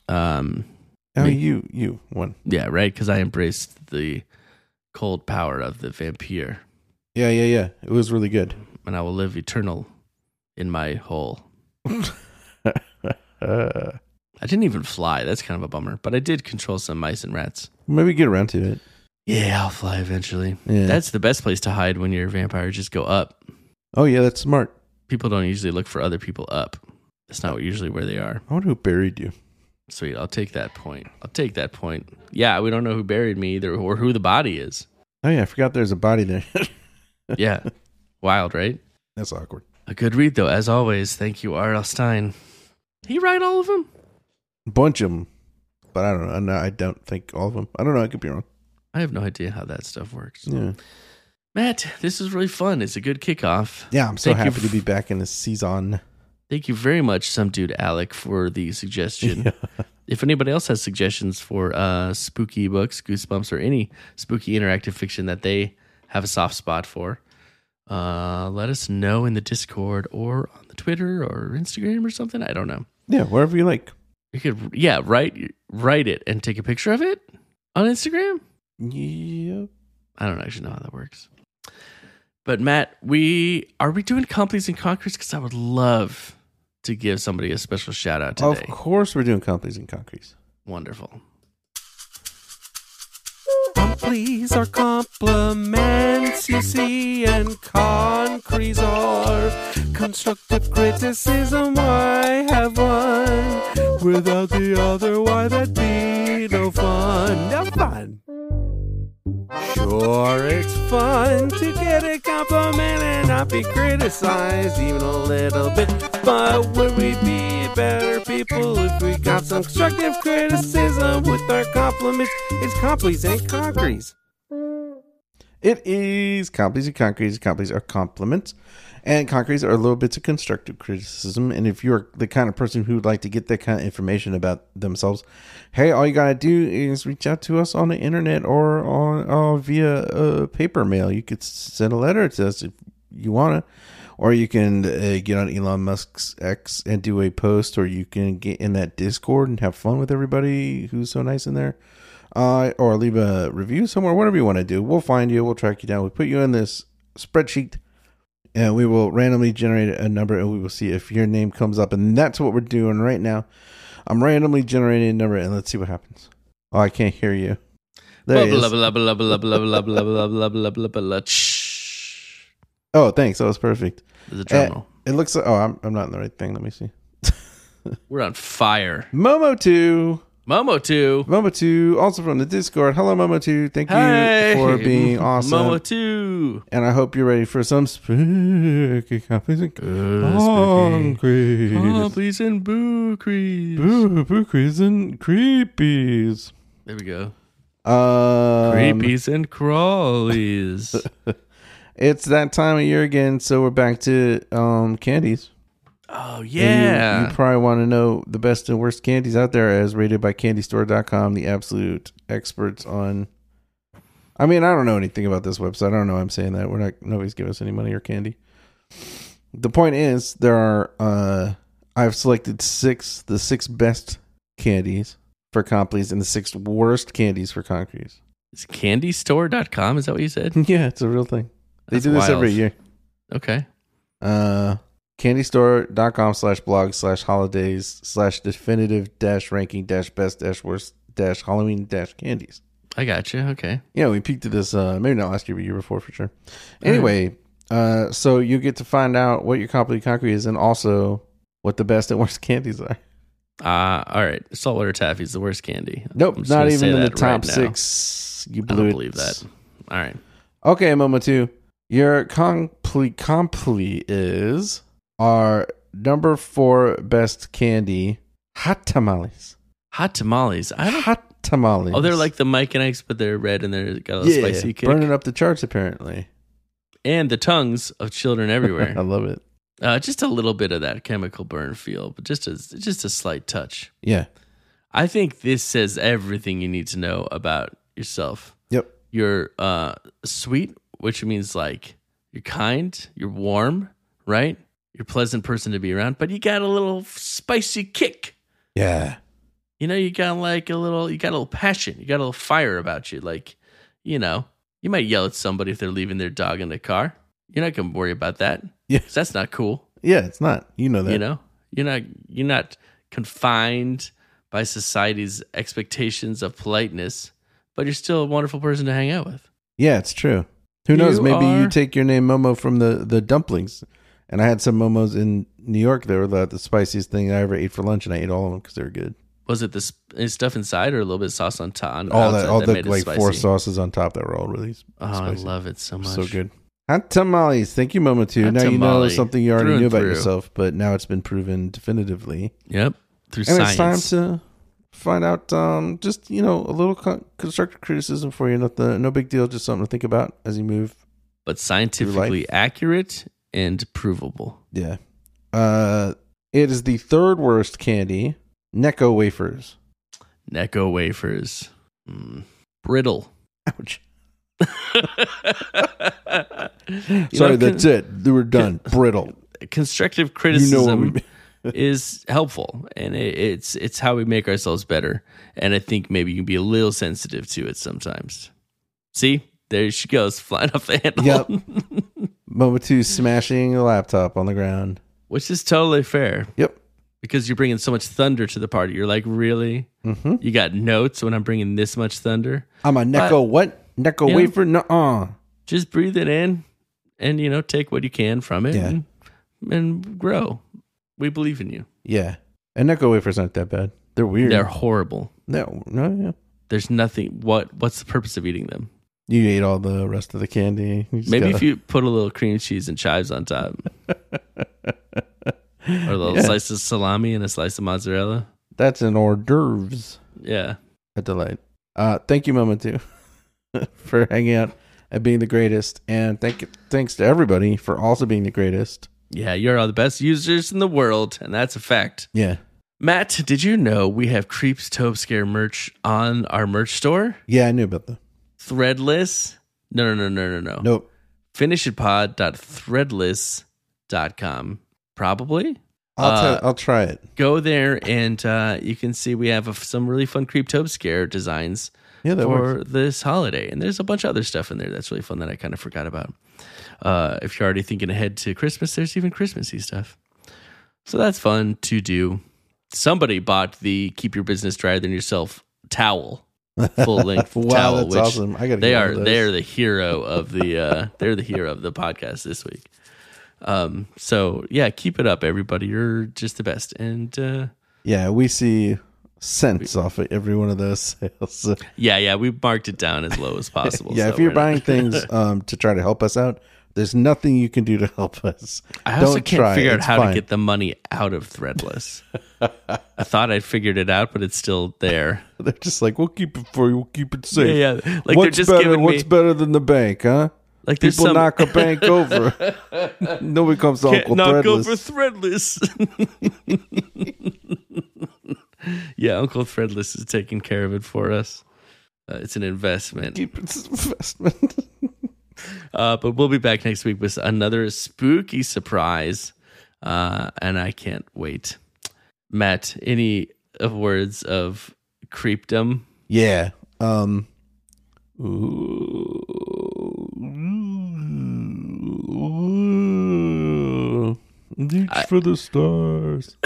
Speaker 4: Um,
Speaker 3: Oh you you won.
Speaker 4: yeah, right. Because I embraced the cold power of the vampire,
Speaker 3: Yeah yeah yeah. It was really good.
Speaker 4: and I will live eternal in my hole.
Speaker 3: Uh,
Speaker 4: I didn't even fly. That's kind of a bummer, but I did control some mice and rats.
Speaker 3: maybe get around to it.
Speaker 4: Yeah, I'll fly eventually.
Speaker 3: Yeah.
Speaker 4: That's the best place to hide when you're a vampire. Just go up.
Speaker 3: Oh yeah, that's smart.
Speaker 4: people don't usually look for other people up. That's not usually where they are.
Speaker 3: I wonder who buried you.
Speaker 4: Sweet, I'll take that point. I'll take that point. Yeah, we don't know who buried me either or who the body is.
Speaker 3: Oh yeah, I forgot there's a body there. (laughs)
Speaker 4: Yeah. Wild, right?
Speaker 3: that's awkward.
Speaker 4: A good read though, as always. Thank you, R.L. Stein. He write all of them?
Speaker 3: Bunch of them, but I don't know. No, I don't think all of them. I don't know. I could be wrong.
Speaker 4: I have no idea how that stuff works.
Speaker 3: Yeah,
Speaker 4: Matt, this is really fun. It's a good kickoff.
Speaker 3: yeah. I'm so
Speaker 4: Thank you
Speaker 3: happy to be back in this season.
Speaker 4: Thank you very much, some dude Alec, for the suggestion. If anybody else has suggestions for uh, spooky books, goosebumps, or any spooky interactive fiction that they have a soft spot for, uh, let us know in the Discord or on the Twitter or Instagram or something. I don't know.
Speaker 3: Yeah, wherever you like.
Speaker 4: You could, yeah, write write it and take a picture of it on Instagram.
Speaker 3: Yep.
Speaker 4: I don't actually know how that works. But Matt, we are we doing companies and conquerors? Because I would love to give somebody a special shout out today.
Speaker 3: Of course, we're doing companies and concretes.
Speaker 4: Wonderful.
Speaker 7: Please are compliments, you see, and concretes are constructive criticism. Why have one without the other? Why that'd be no fun? No fun. Sure, it's fun to get a compliment and not be criticized even a little bit. But would we be better people if we got some constructive criticism with our compliments? It's compliments and concretes.
Speaker 3: It is companies and concretes. Companies are compliments, and concretes are little bits of constructive criticism. And if you're the kind of person who would like to get that kind of information about themselves, hey, all you gotta do is reach out to us on the internet or on uh, via uh, paper mail. You could send a letter to us if you wanna, or you can uh, get on Elon Musk's X and do a post, or you can get in that Discord and have fun with everybody who's so nice in there uh, or leave a review somewhere, whatever you want to do. We'll find you. We'll track you down. We'll put you in this spreadsheet and we will randomly generate a number and we will see if your name comes up. And that's what we're doing right now. I'm randomly generating a number and let's see what happens. Oh, I can't hear you. There
Speaker 4: Blah
Speaker 3: he is.
Speaker 4: blah blah blah blah blah blah blah blah blah blah blah blah blah blah. Shh.
Speaker 3: Oh, thanks. That was perfect.
Speaker 4: There's a drum
Speaker 3: Uh,
Speaker 4: roll.
Speaker 3: it looks like, oh, I'm, I'm not in the right thing. Let me see.
Speaker 4: We're on fire.
Speaker 3: Momo 2.
Speaker 4: Momo two.
Speaker 3: Momo 2, also from the Discord. Hello, Momo 2. Thank you
Speaker 4: Hey, (laughs)
Speaker 3: for being awesome.
Speaker 4: Momo two.
Speaker 3: and I hope you're ready for some spooky copies and concrete.
Speaker 4: Oh, please and boo crease.
Speaker 3: Boo, bookies and creepies.
Speaker 4: There we go.
Speaker 3: Um,
Speaker 4: Creepies and crawlies.
Speaker 3: It's that time of year again, so we're back to um, candies.
Speaker 4: oh
Speaker 3: And you- You,
Speaker 4: yeah.
Speaker 3: probably want to know the best and worst candies out there as rated by candystore.com, the absolute experts on. I mean, I don't know anything about this website. I don't know why I'm saying that. We're not, nobody's giving us any money or candy. The point is, there are, uh, I've selected six, the six best candies for Compleys and the six worst candies for
Speaker 4: (laughs)
Speaker 3: Concretes.
Speaker 4: It's candystore.com. Is that what you said?
Speaker 3: yeah, it's a real thing. They
Speaker 4: That's
Speaker 3: do this
Speaker 4: wild.
Speaker 3: every year.
Speaker 4: Okay.
Speaker 3: Uh, candystore.com slash blog slash holidays slash definitive dash ranking dash best dash worst dash Halloween dash candies.
Speaker 4: I got you. Okay.
Speaker 3: Yeah, we peeked at this, uh, maybe not last year, but year before for sure. Anyway, uh, so you get to find out what your complete concrete is and also what the best and worst candies are.
Speaker 4: Uh, all right. Saltwater taffy is the worst candy.
Speaker 3: Nope,
Speaker 4: I'm just
Speaker 3: not
Speaker 4: gonna
Speaker 3: even
Speaker 4: say
Speaker 3: in the
Speaker 4: that right
Speaker 3: top
Speaker 4: now.
Speaker 3: six. You
Speaker 4: I
Speaker 3: blew
Speaker 4: don't
Speaker 3: it.
Speaker 4: believe that. All right.
Speaker 3: Okay, Momo two. Your complete complete is our number four best candy, hot tamales.
Speaker 4: Hot tamales. I don't.
Speaker 3: Hot tamales.
Speaker 4: Oh, they're like the Mike and Ike's, but they're red and they're got a little
Speaker 3: yeah,
Speaker 4: spicy kick.
Speaker 3: burning up the charts apparently.
Speaker 4: And the tongues
Speaker 3: (laughs)
Speaker 4: of children
Speaker 3: I
Speaker 4: everywhere.
Speaker 3: love it.
Speaker 4: uh, just a little bit of that chemical burn feel, but just a just a slight touch.
Speaker 3: Yeah.
Speaker 4: I think this says everything you need to know about yourself.
Speaker 3: Yep.
Speaker 4: you're uh, sweet, which means like you're kind, you're warm, right? You're a pleasant person to be around, but you got a little spicy kick.
Speaker 3: Yeah.
Speaker 4: You know, you got like a little, you got a little passion, you got a little fire about you. Like, you know, you might yell at somebody if they're leaving their dog in the car. You're not gonna worry about that.
Speaker 3: Yeah.
Speaker 4: 'cause that's not cool.
Speaker 3: Yeah. It's not. You know that.
Speaker 4: You know, you're not you're not confined by society's expectations of politeness, but you're still a wonderful person to hang out with.
Speaker 3: Yeah, it's true. Who knows?
Speaker 4: You
Speaker 3: Maybe you
Speaker 4: are-
Speaker 3: take your name Momo from the the dumplings. And I had some momos in New York that were like the spiciest thing I ever ate for lunch, and I ate all of them because they were good.
Speaker 4: was it this is stuff inside or a little bit of sauce on top? on
Speaker 3: all
Speaker 4: outside
Speaker 3: that, all the
Speaker 4: made it
Speaker 3: like four
Speaker 4: spicy?
Speaker 3: sauces on top that were all really s-
Speaker 4: Oh, I
Speaker 3: spicy.
Speaker 4: love it so much.
Speaker 3: So good. Hot tamales. Thank you, Momo Two.
Speaker 4: Hot
Speaker 3: Now you know
Speaker 4: tamale.
Speaker 3: something you already
Speaker 4: Through and
Speaker 3: knew about
Speaker 4: through.
Speaker 3: yourself, but now it's been proven definitively.
Speaker 4: Yep. Through
Speaker 3: And
Speaker 4: science.
Speaker 3: it's time to find out. Um, just you know, a little con- constructive criticism for you. Not the, no big deal. Just something to think about as you move.
Speaker 4: but scientifically accurate and provable.
Speaker 3: Yeah. Uh, it is the third worst candy. Necco wafers.
Speaker 4: Necco wafers. Mm. Brittle. (laughs)
Speaker 3: Ouch.
Speaker 4: You
Speaker 3: Sorry,
Speaker 4: know, con-
Speaker 3: that's it. They were
Speaker 4: (laughs)
Speaker 3: done. Brittle.
Speaker 4: constructive
Speaker 3: You know what
Speaker 4: criticism
Speaker 3: we mean.
Speaker 4: is helpful and it, it's it's how we make ourselves better. And I think maybe you can be a little sensitive to it sometimes. See? There she goes, (laughs) flying off the
Speaker 3: (laughs)
Speaker 4: handle.
Speaker 3: Yep. (laughs) Moment two, smashing the laptop on the ground.
Speaker 4: Which is totally fair
Speaker 3: Yep.
Speaker 4: because you're bringing so much thunder to the party. You're like, really?
Speaker 3: Mm-hmm.
Speaker 4: You got notes when I'm bringing this much thunder?
Speaker 3: I'm a Necco
Speaker 4: Uh,
Speaker 3: what? Necco
Speaker 4: yeah.
Speaker 3: wafer? Nuh-uh.
Speaker 4: Just breathe it in and, you know, take what you can from it
Speaker 3: Yeah.
Speaker 4: and, and grow. We believe in you.
Speaker 3: Yeah. And Necco wafers aren't that bad. They're weird.
Speaker 4: They're horrible.
Speaker 3: no, no, yeah.
Speaker 4: There's nothing. What? What's the purpose of eating them?
Speaker 3: You ate all the rest of the candy. You just
Speaker 4: Maybe
Speaker 3: gotta-
Speaker 4: if you put a little cream cheese and chives on top,
Speaker 3: (laughs)
Speaker 4: or a little
Speaker 3: Yeah.
Speaker 4: slice of salami and a slice of mozzarella.
Speaker 3: That's an hors d'oeuvres.
Speaker 4: Yeah,
Speaker 3: A delight. Uh, thank you, Mama Two, (laughs) for hanging out and being the greatest. And thank thanks to everybody for also being the greatest.
Speaker 4: yeah. You're all the best users in the world, and that's a fact.
Speaker 3: Yeah.
Speaker 4: Matt, did you know we have Creeps Tobe Scare merch on our merch store?
Speaker 3: Yeah, I knew about that.
Speaker 4: Threadless? No, no, no, no, no, no.
Speaker 3: Nope.
Speaker 4: Finishitpod.threadless.com. Probably.
Speaker 3: I'll,
Speaker 4: Uh,
Speaker 3: try- I'll try it.
Speaker 4: Go there, and uh, you can see we have a, some really fun Creep Tobe Scare designs.
Speaker 3: Yeah, that
Speaker 4: for
Speaker 3: works.
Speaker 4: this holiday. And there's a bunch of other stuff in there that's really fun that I kind of forgot about. Uh, if you're already thinking ahead to Christmas, there's even Christmassy stuff. So that's fun to do. Somebody bought the Keep Your Business Drier Than Yourself towel,
Speaker 3: (laughs)
Speaker 4: full length
Speaker 3: Wow,
Speaker 4: towel.
Speaker 3: that's
Speaker 4: which
Speaker 3: awesome. I gotta
Speaker 4: they
Speaker 3: get one
Speaker 4: are
Speaker 3: of those.
Speaker 4: they're the hero of the uh, (laughs) they're the hero of the podcast this week. Um, so yeah, keep it up, everybody. You're just the best. And uh,
Speaker 3: Yeah, we see cents off of every one of those
Speaker 4: (laughs)
Speaker 3: sales.
Speaker 4: yeah, yeah, we marked it down as
Speaker 3: (laughs)
Speaker 4: low as possible.
Speaker 3: yeah,
Speaker 4: so
Speaker 3: if you're
Speaker 4: we're not- (laughs)
Speaker 3: buying things um, to try to help us out, there's nothing you can do to help us.
Speaker 4: I also
Speaker 3: Don't
Speaker 4: can't
Speaker 3: try.
Speaker 4: figure out
Speaker 3: It's
Speaker 4: how
Speaker 3: fine.
Speaker 4: to get the money out of Threadless. I thought I'd figured it out, but it's still there.
Speaker 3: (laughs) They're just like, we'll keep it for you. We'll keep it safe.
Speaker 4: Yeah, yeah. Like, they're
Speaker 3: what's
Speaker 4: just
Speaker 3: better?
Speaker 4: giving
Speaker 3: What's
Speaker 4: me-
Speaker 3: better than the bank, huh?
Speaker 4: Like there's
Speaker 3: People
Speaker 4: some
Speaker 3: knock a bank
Speaker 4: (laughs)
Speaker 3: over. (laughs) Nobody comes to
Speaker 4: can't
Speaker 3: Uncle
Speaker 4: knock
Speaker 3: Threadless.
Speaker 4: over Threadless. (laughs) yeah, Uncle Threadless is taking care of it for us. Uh, it's an investment.
Speaker 3: keep it as an (laughs) investment.
Speaker 4: Uh, but we'll be back next week with another spooky surprise, uh, and I can't wait. Matt, any of words of creepdom?
Speaker 3: yeah. Um. Reach for the stars.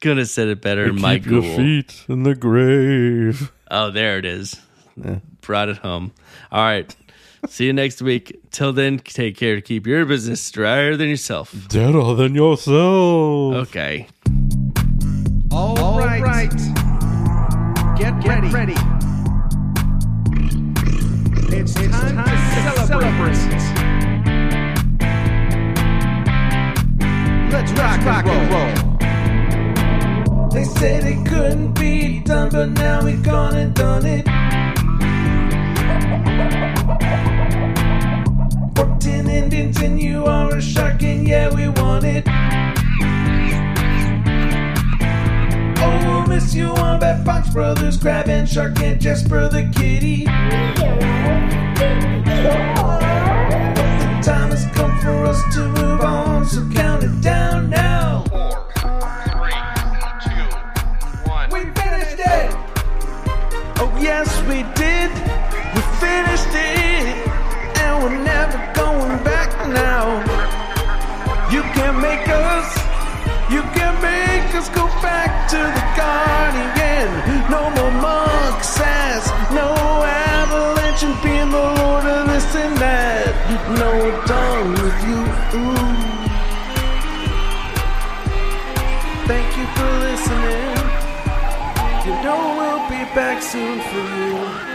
Speaker 4: Couldn't have said it better, Mike.
Speaker 1: Keep your feet in the grave.
Speaker 4: Oh, there it is. Brought it home. All right. See you next week. Till then, take care to keep your business drier than yourself.
Speaker 1: Deader than yourself.
Speaker 4: Okay.
Speaker 6: All right. Get, ready. It's, time, to celebrate. Let's rock, and roll.
Speaker 3: They said it couldn't be done, but now we've gone and done it. Fourteen endings, and you are a shark, and yeah, we want it. Oh, we'll miss you on Bad Fox Brothers, Crab and Shark, and Jasper the Kitty. But the time has come for us to move on, so count it down now.
Speaker 6: Four, three, two, one.
Speaker 3: We finished it! Oh, yes, we did. We finished it. And we're never going back now. You can make us, you can make us go back to the guardian. No more monk sass, no avalanche and being the lord of this and that. No, we're done with you. Ooh. Thank you for listening. You know we'll be back soon for you.